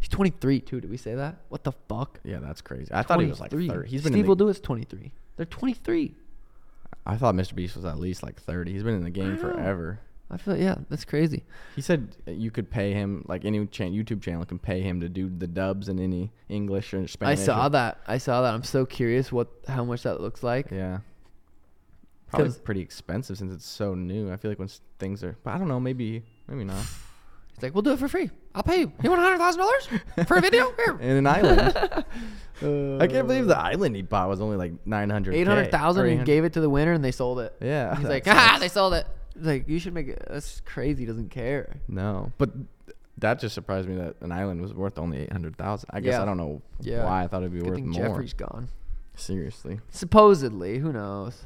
He's 23 too. Did we say that? What the fuck? Yeah, that's crazy. I thought he was like 23. thirty. He's been. Steve in will the, do it's 23. They're 23. I thought Mr. Beast was at least like thirty. He's been in the game know. forever. I feel yeah, that's crazy. He said uh, you could pay him like any chan- YouTube channel can pay him to do the dubs in any English or I Spanish. saw or- that. I saw that. I'm so curious what how much that looks like. Yeah. Probably 'Cause- pretty expensive since it's so new. I feel like when s- things are, but I don't know, maybe, maybe not. He's like, we'll do it for free. I'll pay you. You want hundred thousand [laughs] dollars for a video? Here. In [laughs] an island, I can't believe the island he bought was only like nine hundred. Eight hundred thousand and gave it to the winner and they sold it. Yeah, He's that like, sucks. ah, they sold it. He's like, you should make it. That's crazy. He doesn't care. No, but that just surprised me that an island was worth only eight hundred thousand. I guess Yeah. I don't know Yeah. why I thought it'd be Good worth thing more. Jeffrey's gone. Seriously, Supposedly, who knows?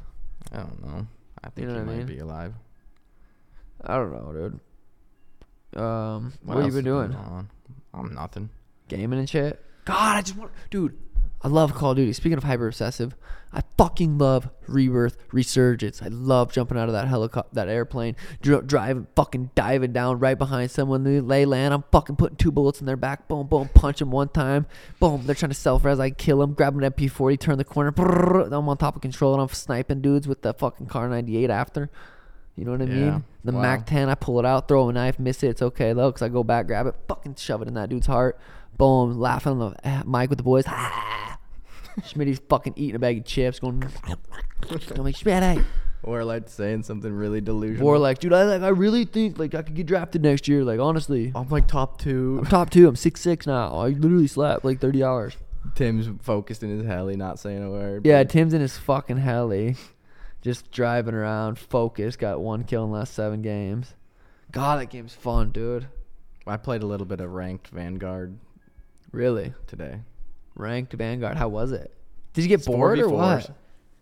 I don't know. I think know he what I might mean? be alive. I don't know, dude. Um, what, have else you is been doing? going on? I'm nothing. Gaming and shit. God, I just want, dude. I love Call of Duty. Speaking of hyper obsessive, I fucking love Rebirth Resurgence. I love jumping out of that helicopter, that airplane, dri- driving, fucking diving down right behind someone. They lay land. I'm fucking putting two bullets in their back. Boom, boom, punch them one time. Boom, they're trying to self res. I kill them, grab an MP40, turn the corner. brrrr, I'm on top of control and I'm sniping dudes with the fucking car 98 after. You know what I Yeah. mean? The Wow. Mac 10, I pull it out, throw a knife, miss it. It's okay though, because I go back, grab it, fucking shove it in that dude's heart. Boom, laughing on the [laughs] eh, mic with the boys. Schmitty's fucking eating a bag of chips, going. [laughs] I'm like, Schmitty. Or like saying something really delusional. Or like, dude, I like, I really think like I could get drafted next year. Like honestly, I'm like top two. [laughs] I'm top two. I'm six six now. I literally slept like 30 hours. Tim's focused in his heli, not saying a word. Yeah, but- Tim's in his fucking heli, just driving around, focused. Got one kill in the last seven games. God, that game's fun, dude. I played a little bit of ranked Vanguard Really, today. ranked Vanguard. How was it? Did you get bored or 4v4s. what?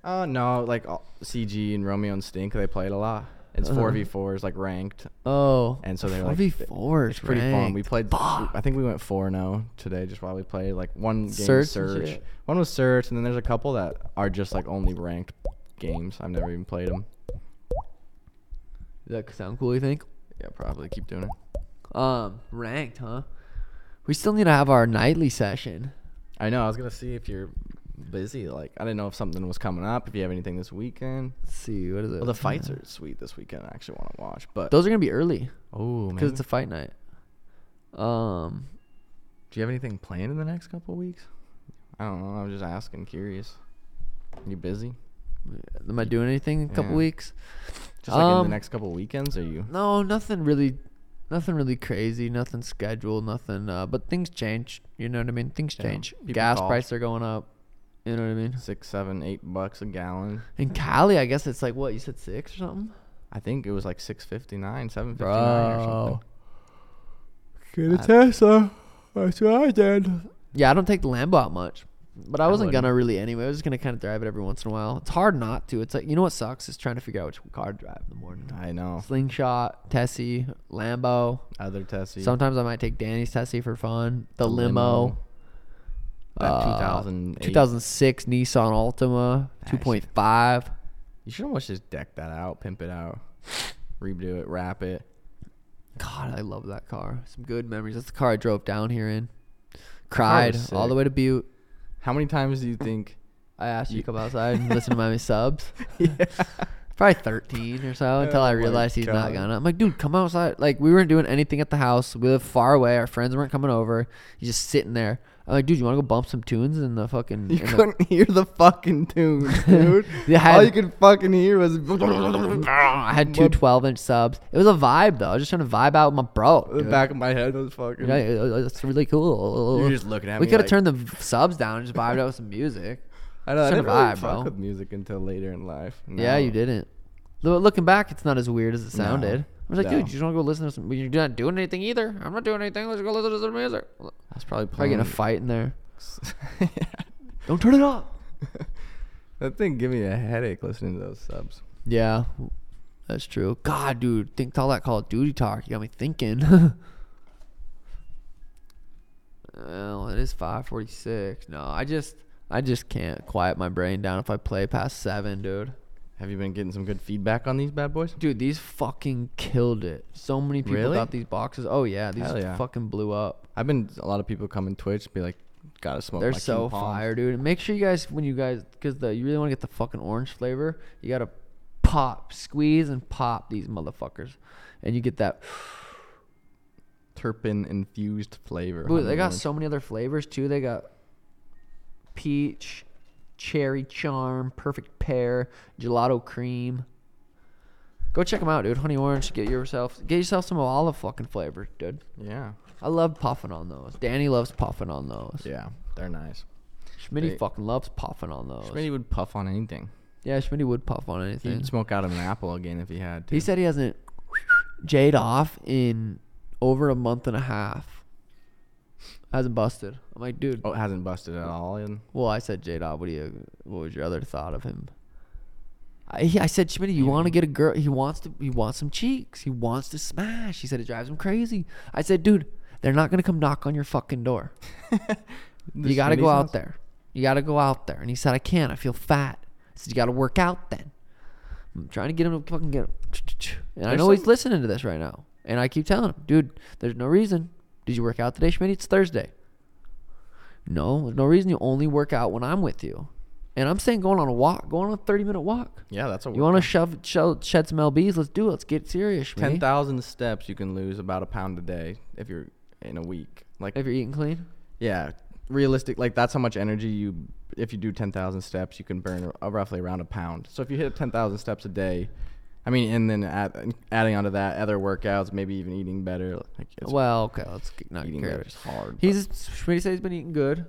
Oh no, like all- CG and Romeo and Stink, they played a lot. It's Uh-huh. four v fours, like ranked, Oh, and so they were four like v four. It's pretty fun. We played. I think we went four now today, just while we played. Like one game Search search, and shit. one was search, and then there's a couple that are just like only ranked games. I've never even played them. Does that sound cool? You think? Yeah, probably keep doing it. Um, ranked, huh? We still need to have our nightly session. I know. I was gonna see if you're busy. Like I didn't know if something was coming up. If you have anything this weekend. Let's see what is it? Well, Oh, the fights are sweet this weekend. I actually want to watch, but Those are gonna be early oh man, because it's a fight night. Um, do you have anything planned in the next couple weeks? I don't know. I was just asking, curious. You busy? am I doing anything in a couple Yeah. weeks? Just like in Um, the next couple weekends, are you? No, nothing really, nothing really crazy. Nothing scheduled. Nothing. Uh, but things change. You know what I mean? Things Yeah, change. people Gas call. prices are going up. You know what I mean? six, seven, eight bucks a gallon. In Cali, I guess it's like what you said, six or something. I think it was like six fifty nine, seven fifty nine or Bro. something. Get a Tesla. That's what I did. Yeah, I don't take the Lambo out much, but I I wasn't wouldn't. gonna really anyway. I was just gonna kind of drive it every once in a while. It's hard not to. It's like you know what sucks is trying to figure out which car to drive in the morning. I know. Slingshot, Tessie, Lambo. Other Tessie. Sometimes I might take Danny's Tessie for fun. The, The limo. limo. That uh, 2008. 2006 Nissan Altima, Nice. 2.5. You should almost just deck that out, pimp it out, redo it, wrap it. God, I love that car. Some good memories. That's the car I drove down here in. Cried was all the sick. way to Butte. How many times do you [laughs] think? I asked you to You- come outside and listen to [laughs] my [laughs] subs. yeah. Probably 13 or so until I Oh my realized he's not God. gonna. I'm like, dude, come outside. Like, we weren't doing anything at the house. We live far away. Our friends weren't coming over. He's just sitting there. I'm like, dude, you wanna go bump some tunes in the fucking. You in the- couldn't hear the [laughs] fucking tune, dude. Yeah, I All had- you could fucking hear was. [laughs] I had two 12 inch subs. It was a vibe, though. I was just trying to vibe out with my bro. The dude. back of my head was fucking. Yeah, it- it- it's really cool. You're just looking at we me could have like- turned the v- subs down and just vibed out with some music. I know. I It's didn't a really vibe, fuck bro. with music until later in life. Yeah, Now- you didn't. Lo- Looking back, it's not as weird as it sounded. I was like, no. dude, you just want to go listen to some. You're not doing anything either. I'm not doing anything. Let's go listen to some music. I was probably Probably playing. getting a fight in there. [laughs] yeah. Don't turn it up. That thing give me a headache listening to those subs. Yeah, that's true. God, dude, think to all that Call of Duty talk. You got me thinking. [laughs] well, it is five forty six. No, I just, I just can't quiet my brain down if I play past seven, dude. Have you been getting some good feedback on these bad boys? Dude, these fucking killed it. So many people Really? got these boxes. Oh yeah, these Hell yeah. Oh, fucking blew up. I've been a lot of people come in Twitch be like, gotta smoke. They're my King so Palms." fire, dude. And make sure you guys, when you guys, because the you really want to get the fucking orange flavor, you gotta pop, squeeze, and pop these motherfuckers, and you get that. Turpin infused flavor. Ooh, honey they got orange. so many other flavors too. They got peach, cherry charm, perfect pear, gelato cream. Go check them out, dude. Honey orange. Get yourself get yourself some olive fucking flavor, dude. Yeah. I love puffing on those. Danny loves puffing on those. Yeah. Yeah. They're nice. Schmitty They- fucking loves puffing on those. Schmitty would puff on anything. Yeah, Schmitty would puff on anything. He'd smoke out of an apple again if he had to. He said he hasn't jade off in over a month and a half. Hasn't busted. I'm like, dude. oh, it hasn't busted at all. And Well, I said J Dot. What do you? What was your other thought of him? I, he- I said Schmidt, you want to get a girl? He wants to. He wants some cheeks. He wants to smash. He said it drives him crazy. I said, dude, they're not gonna come knock on your fucking door. you got to go out there. You got to go out there. And he said, I can't. I feel fat. I said, you got to work out then. I'm trying to get him to fucking get him. And I There's know he's some- listening to this right now. And I keep telling him, dude, there's no reason. Did you work out today, Schmidt? It's Thursday. No, there's no reason you only work out when I'm with you. And I'm saying going on a walk, going on a 30 minute walk. Yeah, that's a You want to shove, shove, shed some lbs? Let's do it. Let's get serious, ten Schmidt. thousand steps you can lose about a pound a day if you're in a week. Like If you're eating clean, Yeah, realistic. Like that's how much energy you. If you do ten thousand steps, you can burn a- roughly around a pound. So if you hit ten thousand steps a day, I mean, and then add, adding onto that other workouts, maybe even eating better. Like it's, well, okay, let's get, not get eating carried better is hard. He's Schmitty said he's been eating good.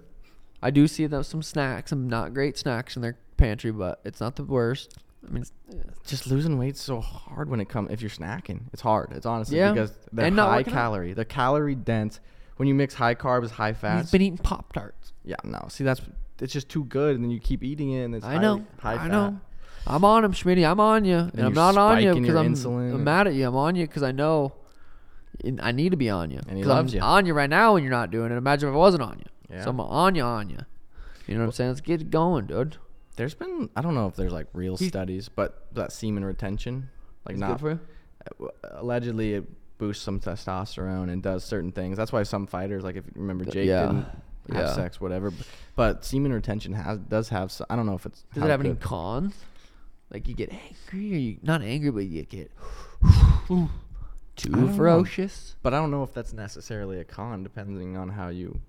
I do see that some snacks, some not great snacks in their pantry, but it's not the worst. I mean, it's- Just losing weight's so hard when it comes if you're snacking. It's hard. It's honestly Yeah. because they're And not high working out. calorie. They're calorie dense. When you mix high carbs, high he's fats. been eating Pop Tarts. yeah, no. See, that's it's just too good, and then you keep eating it, and it's I high, know. High I fat. know. I'm on him, Schmitty. I'm on you, and, you're I'm not on you spiking because your I'm, insulin I'm and- mad at you. I'm on you because I know and I need to be on you. And he 'Cause I'm loves you. on you right now, and you're not doing it. Imagine if I wasn't on you. Yeah. So I'm on you, on you. You know what I'm saying? Let's get it going, dude. There's been I don't know if there's like real studies, but that semen retention, like It's not Uh, good for you. allegedly it boosts some testosterone and does certain things. That's why some fighters, like if you remember Jake, yeah. didn't have Yeah. sex, whatever. But, but semen retention has does have. s- I don't know if it's. Does how it have any good- cons? Like you get angry, or you not angry, but you [sighs] get don't too know. ferocious. But I don't know if that's necessarily a con, depending on how you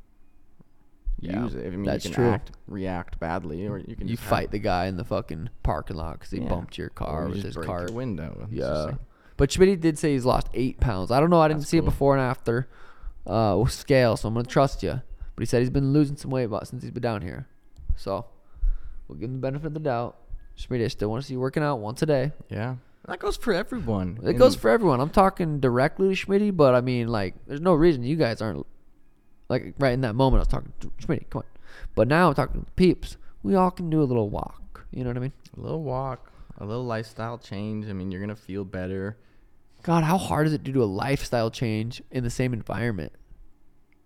Yeah, use it. I mean, that's you can true. act, react badly, or you can You just have- fight the guy in the fucking parking lot because he Yeah. bumped your Or car you with just his break car. your window. It's just Yeah. like- But Schmidt did say he's lost eight pounds. I don't know. I didn't That's see it cool. before and after uh, scale, so I'm going to trust you. But he said he's been losing some weight about since he's been down here. So we'll give him the benefit of the doubt. Schmidt, I still want to see you working out once a day. yeah. That goes for everyone. It goes And- for everyone. I'm talking directly to Schmidt, but I mean, like, there's no reason you guys aren't, like, right in that moment, I was talking to Schmidt, come on. But now I'm talking to peeps. We all can do a little walk. You know what I mean? a little walk, a little lifestyle change. I mean, you're gonna feel better. God, how hard is it to do a lifestyle change in the same environment?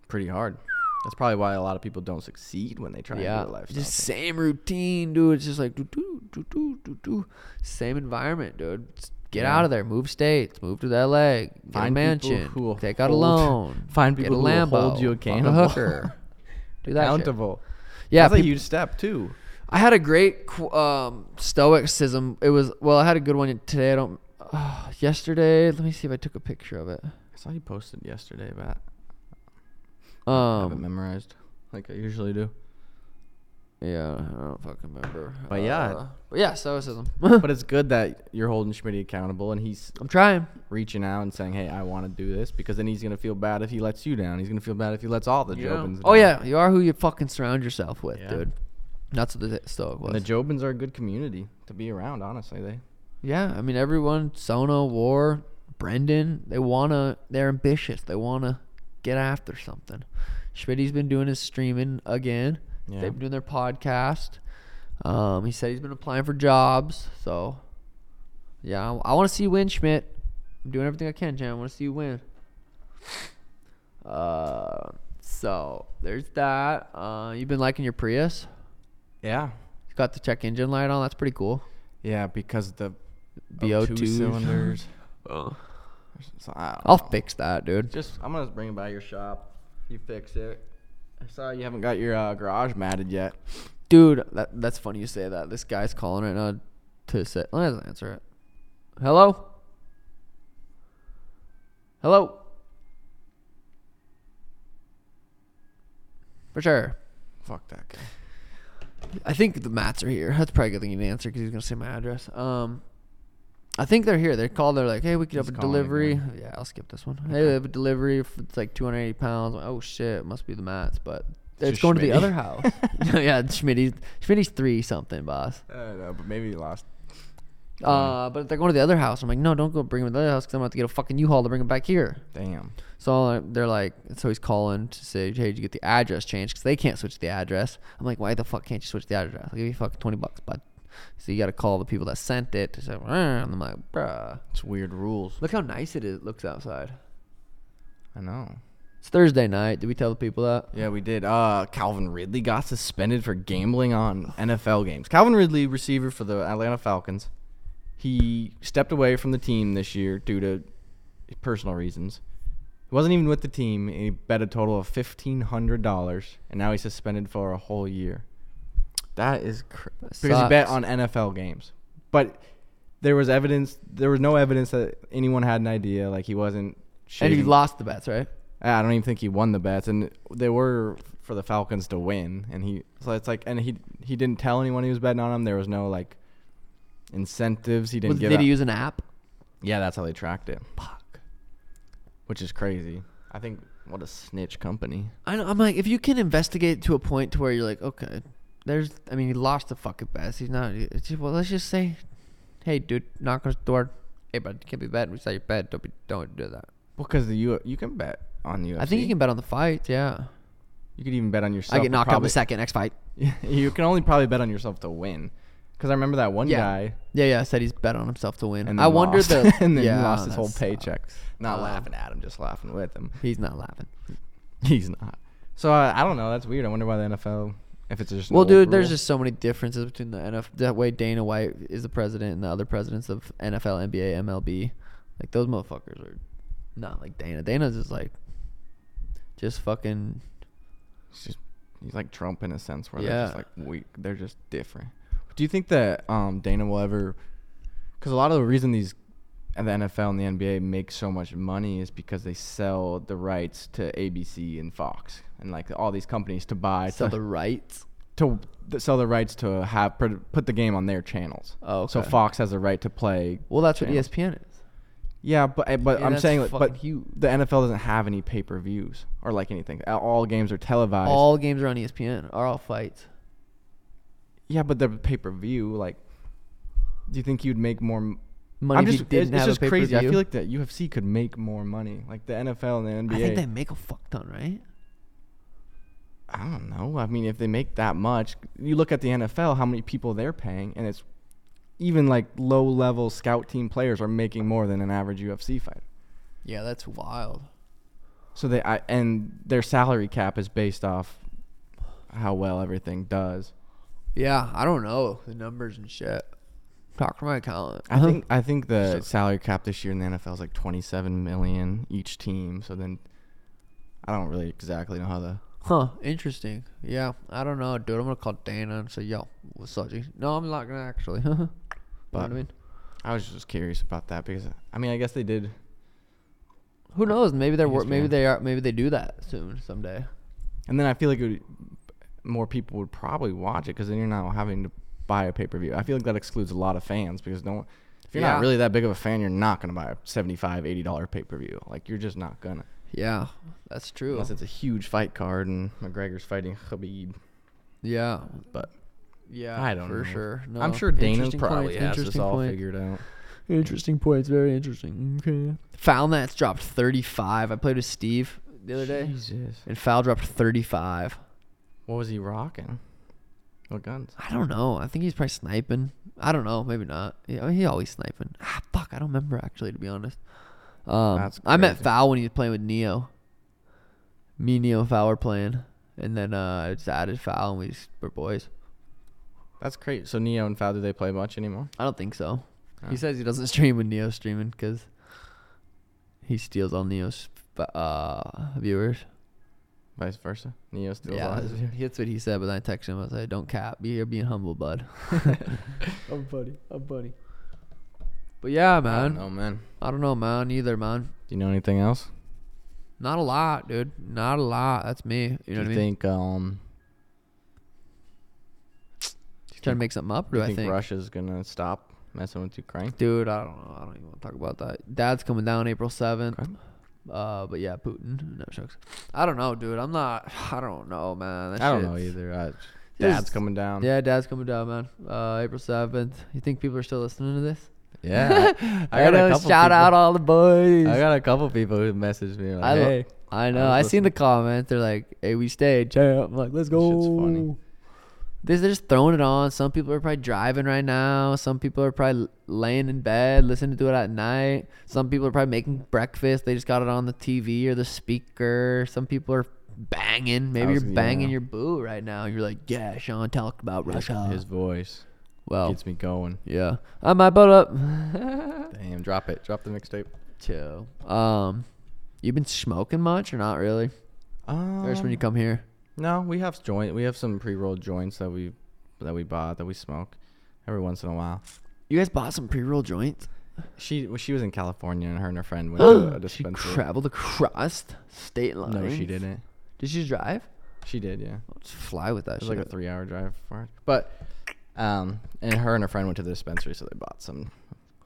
pretty hard. That's probably why a lot of people don't succeed when they try Yeah, to do a lifestyle. just change. same routine, dude. It's just like do do do do do do. Same environment, dude. Just get Yeah. out of there. Move states. Move to L.A. Get a Find people mansion. who will take out a hold- loan. [laughs] find get a people who will hold Lambo, you fuck a accountable. [laughs] hooker. do that. Shit. accountable. Yeah, that's peop- a huge step too. I had a great qu- um, stoicism. It was well, I had a good one today. I don't. Uh, yesterday, let me see if I took a picture of it. I saw you posted yesterday, but I haven't Um, memorized like I usually do. yeah, I don't fucking remember. But yeah. Uh, but yeah, stoicism. [laughs] But it's good that you're holding Schmidt accountable and he's I'm trying. reaching out and saying, "Hey, I want to do this," because then he's gonna feel bad if he lets you down. He's gonna feel bad if he lets all the Jobins. Oh down. yeah, you are who you fucking surround yourself with, Yeah. dude. That's what the Stoic was. And the Jobins are a good community to be around. Honestly, they yeah, I mean everyone, Sona, War, Brendan, they wanna, they're ambitious. They wanna get after something. Schmidt's been doing his streaming again. Yeah. They've been doing their podcast. Um, he said he's been applying for jobs. So, yeah, I, want to see you win, Schmidt. I'm doing everything I can, Jan. I want to see you win. Uh, so there's that. Uh, you've been liking your Prius. yeah It's got the check engine light on. That's pretty cool. yeah because the VO2 Oh, two cylinders. So I don't I'll know. fix that, dude. Just I'm gonna bring it by your shop. You fix it. I saw you haven't got your uh, garage matted yet. Dude, that, that's funny you say that. This guy's calling right now to say. Let's answer it. Hello? Hello? For sure. Fuck that guy. I think the mats are here. That's probably a good thing you didn't answer because he's gonna say my address. Um, I think they're here. They called. They're like, "Hey, we could have He's a calling delivery." Yeah, I'll skip this one. Hey, they have a delivery. If it's like 280 pounds. Oh shit, it must be the mats, but it's, just going to Schmitty. the other [laughs] house. [laughs] yeah, Schmitty's Schmitty's three something, boss. I don't know, but maybe he lost. Uh, but they're going to the other house. I'm like, no, don't go bring him to the other house because I'm about to get a fucking U-Haul to bring him back here. Damn. So uh, they're like, so he's calling to say, hey, did you get the address changed? Because they can't switch the address. I'm like, why the fuck can't you switch the address? I'll give you fucking 20 bucks, bud. So you got to call the people that sent it. So, and I'm like, bruh. It's weird rules. Look how nice it is. It looks outside. I know. It's Thursday night. Did we tell the people that? Yeah, we did. Uh, Calvin Ridley got suspended for gambling on NFL games. Calvin Ridley, receiver for the Atlanta Falcons, he stepped away from the team this year due to personal reasons. He wasn't even with the team. and He bet a total of fifteen hundred dollars, and now he's suspended for a whole year. That is cr- because he bet sucks. on NFL games, but there was evidence. There was no evidence that anyone had an idea. Like he wasn't. And he shading- lost the bets, right? Ah, I don't even think he won the bets, and they were for the Falcons to win. And he, so it's like, and he he didn't tell anyone he was betting on him. There was no like incentives. He didn't Was, give. did he out- use an app? yeah, that's how they tracked it, Fuck. which is crazy. I think what a snitch company. I know, I'm like, if you can investigate to a point to where you're like, okay, there's, I mean, he lost the fucking bets. He's not. It's just, well, let's just say, hey, dude, knock on the door. Hey, bud, you can't be betting. We saw your bet. Don't be, don't do that. Well, because the U you can bet on UFC. I think you can bet on the fight. Yeah, You could even bet on yourself. I get knocked out in probably, the second next fight. [laughs] you can only probably bet on yourself to win. Because I remember that one Yeah. guy Yeah, yeah. I said he's bet on himself to win. and I then wonder lost, the [laughs] and then yeah, lost his whole that's- paycheck. Not Um, laughing at him, just laughing with him. He's not laughing. [laughs] He's not. So I, I don't know. That's weird. I wonder why the NFL, if it's just an Well, old dude, there's rule. just so many differences between the NFL. That way, Dana White is the president, and the other presidents of NFL, NBA, MLB, like those motherfuckers are not like Dana. Dana's just like, just fucking. It's just- he's like Trump in a sense where Yeah. they're just like weak. They're just different. Do you think that um, Dana will ever? Because a lot of the reason these and the NFL and the NBA make so much money is because they sell the rights to ABC and Fox and like all these companies to buy sell to, the rights. [laughs] to th- sell the rights to have put, put the game on their channels. Oh, so okay. Fox has the right to play. Well, that's what E channels. ESPN is. Yeah, but eh, but Yeah, I'm that's saying like, fucking but huge. the NFL doesn't have any pay per views or like anything. All- All games are televised. All games are on E ESPN. Are all fights? Yeah, but the pay per view, like, do you think you'd make more m- Money I'm if you just, it's- didn't it's, have a just crazy. I pay-per-view? feel like the UFC could make more money, like the NFL and the NBA. I think they make a fuck ton, right? I don't know. I mean, if they make that much, you look at the NFL, how many people they're paying, and it's even like low level scout team players are making more than an average UFC fighter. Yeah, that's wild. So they I, and their salary cap is based off how well everything does. Yeah, I don't know the numbers and shit. Talk to my accountant. I think I think the salary cap this year in the NFL is like 27 million each team. So then, I don't really exactly know how the. Huh, interesting. Yeah, I don't know, dude. I'm gonna call Dana and say, yo, what's up, G? No, I'm not gonna actually. [laughs] you know what I But- mean? I was just curious about that because I mean I guess they did. Who knows? Maybe they're I wor- guess, maybe yeah. they are maybe they do that soon someday. And then I feel like it would, more people would probably watch it because then you're not having to buy a pay per view. I feel like that excludes a lot of fans because no one, if you're Yeah. not really that big of a fan, you're not gonna buy a 75, 80 dollar pay per view. Like you're just not gonna Yeah, that's true. unless it's a huge fight card and McGregor's fighting Khabib. yeah, But yeah. I don't Uh, for know. sure. No. I'm sure Dana Interesting probably points, has this interesting all points. figured out. Interesting points. Very interesting. Okay. Foul Nats dropped 35. I played with Steve the other day, Jesus. and Foul dropped 35. What was he rocking? What guns? I don't know. I think he's probably sniping. I don't know. Maybe not. Yeah, he always sniping. Ah, fuck. I don't remember actually, to be honest. Um, That's I met crazy. Foul when he was playing with Neo. Me, Neo, and Foul were playing, and then uh, I just added Foul, and we just were boys. That's crazy. So Neo and Fab, do they play much anymore? I don't think so. Oh. He says he doesn't [laughs] stream when Neo's streaming because he steals all Neo's uh, viewers. Vice versa. Neo still Yeah, lies. that's, that's what he said. But then I texted him. I was like, "Don't cap. You're being humble, bud." [laughs] I'm funny. I'm funny. But yeah, man. I don't know, man. I don't know, man. Either, man. Do you know anything else? Not a lot, dude. Not a lot. That's me. You know do what I you mean? think um Trying to make something up, or do do you I think, think? Russia's gonna stop messing with Ukraine? Dude, I don't know. I don't even want to talk about that. Dad's coming down April seventh. Okay. Uh, but yeah, Putin. No jokes. I don't know, dude. I'm not. [sighs] I don't know, man. That I don't know shit's- either. I, dad's Just- coming down. Yeah, Dad's coming down, man. Uh, April seventh. You think people are still listening to this? [laughs] Yeah. I, I got know, a couple shout people, out all the boys. I got a couple people who messaged me like, I, lo- "Hey, I know. was I, seen the comment. They're like, "Hey, we stayed." Champ. I'm like, "Let's That go." shit's funny. They're they're just throwing it on. Some people are probably driving right now. Some people are probably laying in bed listening to it at night. Some people are probably making breakfast. They just got it on the TV or the speaker. Some people are banging. Maybe was- you're banging yeah. your boo right now. You're like, "Yeah, Sean, talk about Russia." his voice well, gets me going." yeah, I might butt up. [laughs] Damn, drop it. Drop the mixtape. Chill. Um, you been smoking much or not really? Or Um, just when you come here? No, we have joint. We have some pre-rolled joints that we that we bought that we smoke every once in a while. You guys bought some pre-roll joints. She well, she was in California and her and her friend went to a [gasps] she dispensary. traveled across state lines. no, she didn't. Did she drive? She did, yeah. Let's fly with that It was shit. like a three-hour drive for her. But um, and her and her friend went to the dispensary, so they bought some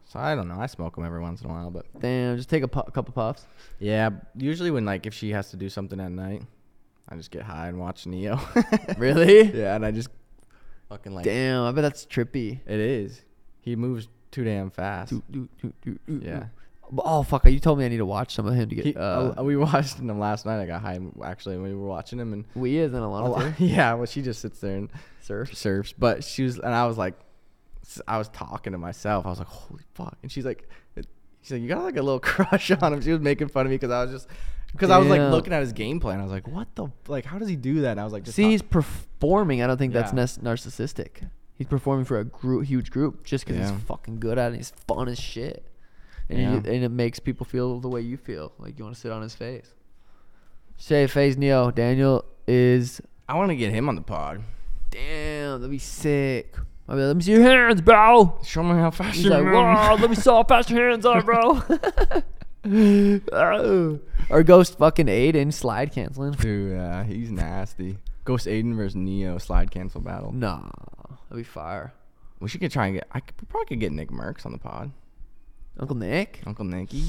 So I don't know. I smoke them every once in a while, but Damn, just take a pu- couple puffs. yeah, usually when like if she has to do something at night, I just get high and watch Neo. [laughs] Really? Yeah, and I just fucking like Damn, I bet that's trippy. it is. He moves too damn fast. Do, do, do, do, do, do. Yeah. Oh fuck! You told me I need to watch some of him to get. He, uh, uh, we [laughs] watched him actually, and I got high actually when we were watching him and we is in a Oh, lot of [laughs] yeah, well she just sits there and surf. surfs, but she was and I was like s- I was talking to myself. I was like, "Holy fuck!" And she's like, "She's like, you got like a little [laughs] crush on him." She was making fun of me because I was just because I was like Damn. looking at his game plan. I was like, "What the like? How does he do that?" And I was like, just See, talk- he's performing. I don't think that's Yeah. nes- narcissistic. He's performing for a group, huge group just because Yeah. he's fucking good at it. He's fun as shit. And, Yeah. you, and it makes people feel the way you feel. Like you want to sit on his face. Say face Neo. Daniel is. I want to get him on the pod. Damn, that'd be sick. I mean, let me see your hands, bro. Show me how fast He's you like, move. wow, [laughs] let me see how fast your hands are, bro. [laughs] Oh. or Ghost fucking Aiden slide canceling. Dude, yeah, he's nasty. Ghost Aiden versus Neo slide cancel battle. Nah, that'd be fire. We should get try and get. I could, we probably could get Nick Merckx on the pod. Uncle Nick? Uncle Nicky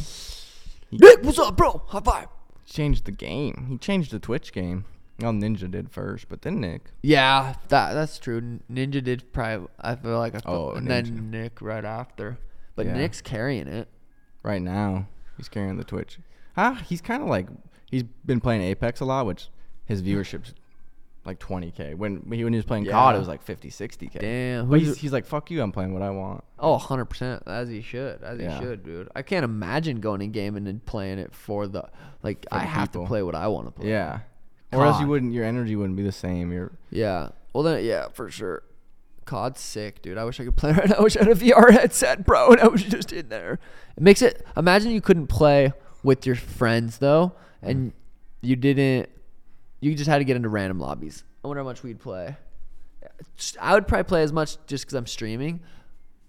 Nick, what's up, bro? High five. changed the game. He changed the Twitch game. Well, Ninja did first, but then Nick. Yeah, that that's true. N- Ninja did probably. I feel like I Oh, and Ninja. then Nick right after, but Yeah. Nick's carrying it. Right now, he's carrying the Twitch. Ah, he's kind of like he's been playing Apex a lot, which his viewership's like 20k. When when he was playing COD, it Yeah. was like 50, 60k. Damn, But who's- he's, he's like, fuck you, I'm playing what I want. Oh, 100 percent, as he should, as Yeah. he should, dude. I can't imagine going in game and then playing it for the like. the I have people. to play what I want to play. Yeah. Or else you COD. wouldn't. Your energy wouldn't be the same. You're yeah. Well then, yeah, for sure. COD's sick, dude. I wish I could play [laughs] right now. I wish I had a VR headset, bro, and I was just in there. It makes it. Imagine you couldn't play with your friends though, and you didn't. You just had to get into random lobbies. I wonder how much we'd play. I would probably play as much just because I'm streaming.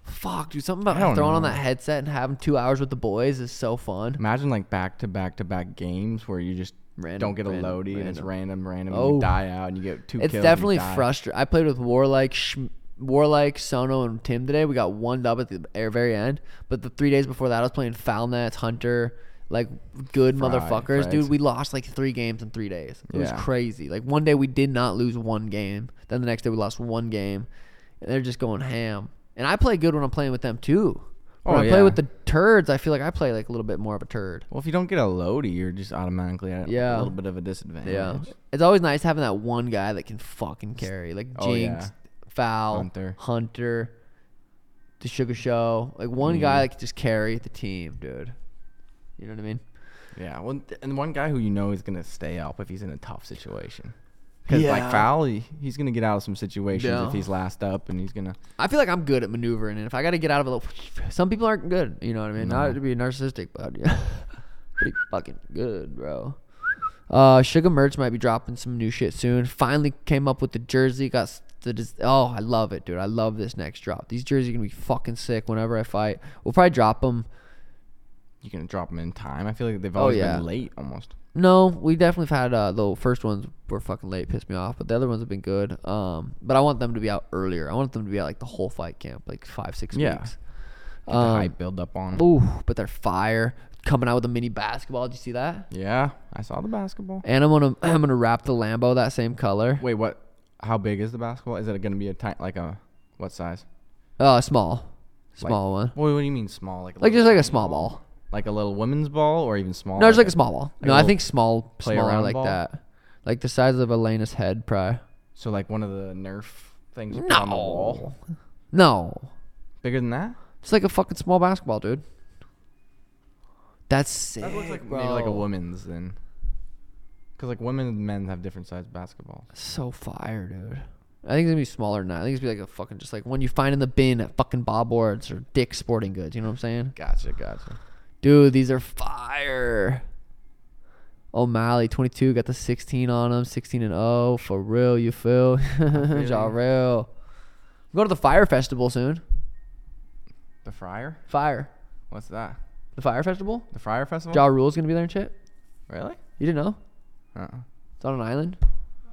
Fuck, dude. Something I don't about throwing on know. that headset and having two hours with the boys is so fun. Imagine like back to back to back games where you just Random, don't get a random, loadie and it's random, random, and you Oh. die out and you get two. It's kills and you definitely die. frustrating. I played with Warlike, Sh- Warlike, Sono, and Tim today. We got one dub at the air- very end. But the three days before that, I was playing Foulnets, Hunter, like good Fry, motherfuckers, Frags. dude. We lost like three games in three days. It was Yeah. crazy. Like one day we did not lose one game. Then the next day we lost one game. And they're just going ham. And I play good when I'm playing with them too. When Oh, I play yeah. with the turds, I feel like I play like a little bit more of a turd. Well, if you don't get a loadie, you're just automatically at a Yeah. little bit of a disadvantage. Yeah. [laughs] It's always nice having that one guy that can fucking carry. Like Oh, Jinx, yeah. Foul, Hunter. Hunter, the Sugar Show. Like one Mm. guy that can just carry the team, dude. You know what I mean? Yeah. Well, and one guy who you know is gonna stay up if he's in a tough situation. Because like Yeah. foul, he, he's gonna get out of some situations Yeah. if he's last up and he's gonna. I feel like I'm good at maneuvering, and if I got to get out of a little, some people aren't good. You know what I mean? Not to be narcissistic, but yeah, [laughs] pretty fucking good, bro. Uh, Sugar Merch might be dropping some new shit soon. Finally came up with the jersey. Got s- the des- oh, I love it, dude. I love this next drop. These jerseys are gonna be fucking sick. Whenever I fight, we'll probably drop them. You're gonna drop him in time. I feel like they've always Oh, yeah. been late almost. No, we definitely have had uh, the first ones were fucking late, pissed me off, but the other ones have been good. Um, but I want them to be out earlier. I want them to be out like the whole fight camp, like five, six Yeah. weeks. Um, Get the hype build up on. 'em. Ooh, but they're fire coming out with a mini basketball. Did you see that? Yeah, I saw the basketball. And I'm gonna I'm gonna wrap the Lambo that same color. Wait, what? How big is the basketball? Is it gonna be a ti- like a what size? Uh, small, Like- small one. Well, what do you mean small? Like, a Like little just like a tiny small ball. like a little women's ball, or even smaller. No, it's like a small ball. like No, I a little think small, play smaller around like ball? that, like the size of Elena's head, probably. So like one of the Nerf things you put on the No, wall. no, Bigger than that? it's like a fucking small basketball, dude. That's sick, That looks like bro. maybe like a woman's then. Because like women and men have different sized basketballs. So fire, dude. I think it's gonna be smaller than that. I think it's gonna be like a fucking just like one you find in the bin at fucking Bob Ward's or Dick's Sporting Goods. You know what I'm saying? Gotcha, gotcha. Dude, these are fire. O'Malley, 22, got the 16 on him, 16 and 0. For real, you feel? [laughs] Ja you. real. Go to the Fire Festival soon. The Friar? Fire. What's that? The Fire Festival? The Friar Festival? Ja Rule's going to be there and shit. Really? You didn't know? Uh. It's on an island.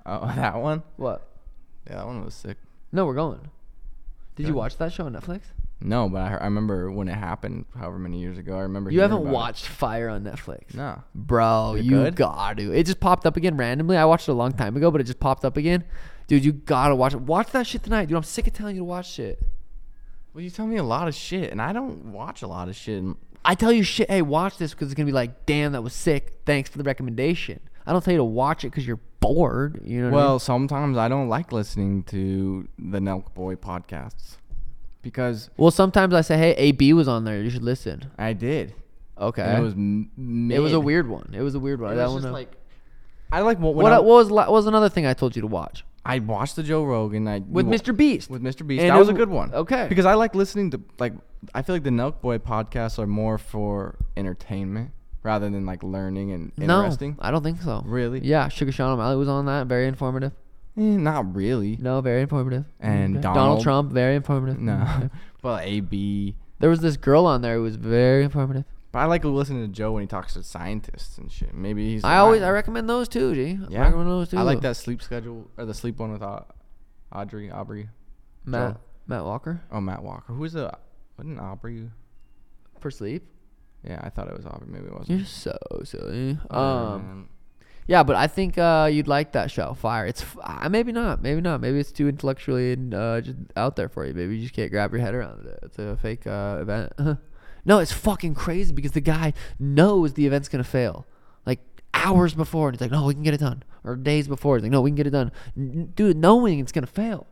Oh, [laughs] that one? What? Yeah, that one was sick. No, we're going. Did Good. you watch that show on Netflix? No, but I, I remember when it happened, however many years ago. I remember You hearing haven't about it. watched Fire on Netflix. No. Bro, Is it you good? got to. It just popped up again randomly. I watched it a long time ago, but it just popped up again. Dude, you gotta watch it. Watch that shit tonight, dude. I'm sick of telling you to watch shit. Well, you tell me a lot of shit, and I don't watch a lot of shit. and- I tell you shit. Hey, watch this because it's gonna be like, damn, that was sick. Thanks for the recommendation. I don't tell you to watch it because you're bored. You know. Well, sometimes I don't like listening to the Nelk Boy podcasts because well, sometimes I say, hey, AB was on there. You should listen. I did. Okay. And it was m- It was a mid. weird one. It was a weird one. It that was one. just uh, like I like what, when what, I, what was la- what was another thing I told you to watch I watched the Joe Rogan I with wa- Mr. Beast? with Mr. Beast. And that it was a w- good one. Okay. Because I like listening to like I feel like the Nelk Boy podcasts are more for entertainment rather than like learning and interesting. No, I don't think so. Really? Yeah, Sugar Sean O'Malley was on that. Very informative. Eh, not really. No, very informative. And Donald- Trump, very informative. [laughs] No. [laughs] Okay. well, A B. There was this girl on there who was very informative. But I like listening to Joe when he talks to scientists and shit. Maybe he's. I always I don't- recommend those too, G. I Yeah. recommend those too. I like that sleep schedule or the sleep one with Au- Audrey Aubrey. Matt Joe. Matt Walker Oh, Matt Walker. Who was the? Wasn't Aubrey? for sleep. Yeah, I thought it was Aubrey. Maybe it wasn't. You're so silly. Um, Um, yeah, but I think uh, you'd like that show, Fire. It's f- uh, maybe not, maybe not. Maybe it's too intellectually and uh, just out there for you. Maybe you just can't grab your head around it. It's a fake uh, event. [laughs] no, it's fucking crazy because the guy knows the event's gonna fail, like hours before, and he's like, "No, we can get it done." Or days before, he's like, "No, we can get it done." N- Dude, knowing it's gonna fail.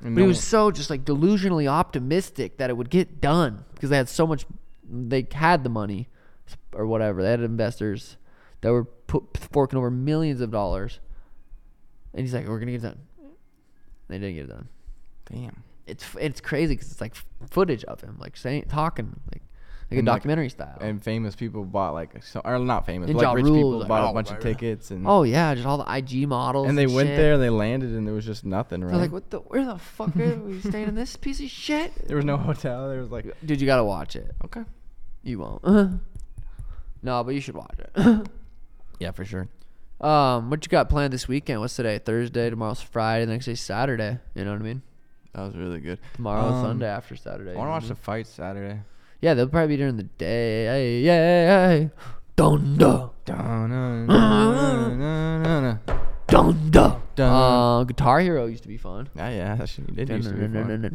and But no he one- was so just like delusionally optimistic that it would get done because they had so much, they had the money or whatever. They had investors that were put, forking over millions of dollars. And he's like, we're going to get it done. They didn't get it done. Damn. It's it's crazy because it's like footage of him, like saying, talking, like like a And, like, documentary style. And famous people bought like so, or not famous, And but, Ja like rich Rule people was like, bought "Oh, a bunch my of God." tickets and oh, yeah, just all the IG models. and they went shit. there and they landed and there was just nothing. Right? They're like, what the, where the fuck are we staying in this piece of shit? There was no [laughs] hotel. There was like Dude, you got to watch it. okay. You won't. [laughs] no, but you should watch it. [laughs] Yeah, for sure. um, what you got planned this weekend? What's today? Thursday. Tomorrow's Friday. The next day's Saturday. You know what I mean? That was really good. Tomorrow, Um, Sunday, after Saturday. I you want know to what watch the [laughs] fight Saturday. mean? Yeah, they'll probably be during the day. Hey, yeah, hey. Dunda, Dun-dun-dun-dun-dun-dun. dunda. Dun. Uh, Guitar Hero used to be fun. Yeah, Ah, yeah, that shit did Uh-huh. used to be fun.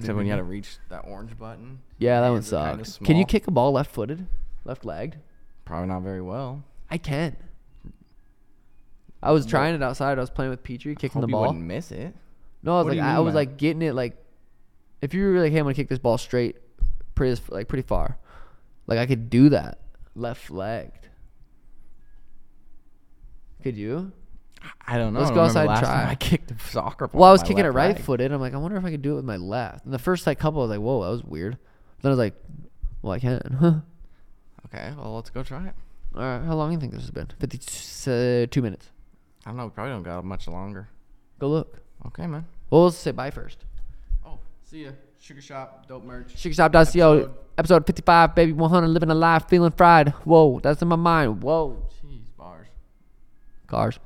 Except when you had to Yeah, reach that orange button. that Your one hands are kinda sucked. Can you small. kick a ball left-footed, left-legged? Probably not very well. I can. I was trying it outside. I was playing with Petrie, kicking Hope the you ball. wouldn't miss it. No, I was What do like, you I, I mean was by- like getting it like, if you were like, hey, I'm gonna kick this ball straight, pretty as- like pretty far, like I could do that left legged. Could you? I don't know. Let's I go don't outside remember and last time try. I kicked a soccer ball. Well, I with was my kicking it left right leg. footed. I'm like, I wonder if I could do it with my left. And the first like couple, I was like, whoa, that was weird. Then I was like, well, I [laughs] can. Huh. Okay, well, let's go try it. All right, how long do you think this has been? Fifty-two minutes. I don't know. We probably don't got much longer. Go look. Okay, man. Well, let's say bye first. Oh, see ya. Sugar Shop, dope merch. Sugarstop.co, Episode- episode 55, baby 100, living a life, feeling fried. Whoa, that's in my mind. Whoa. Jeez, bars. Cars.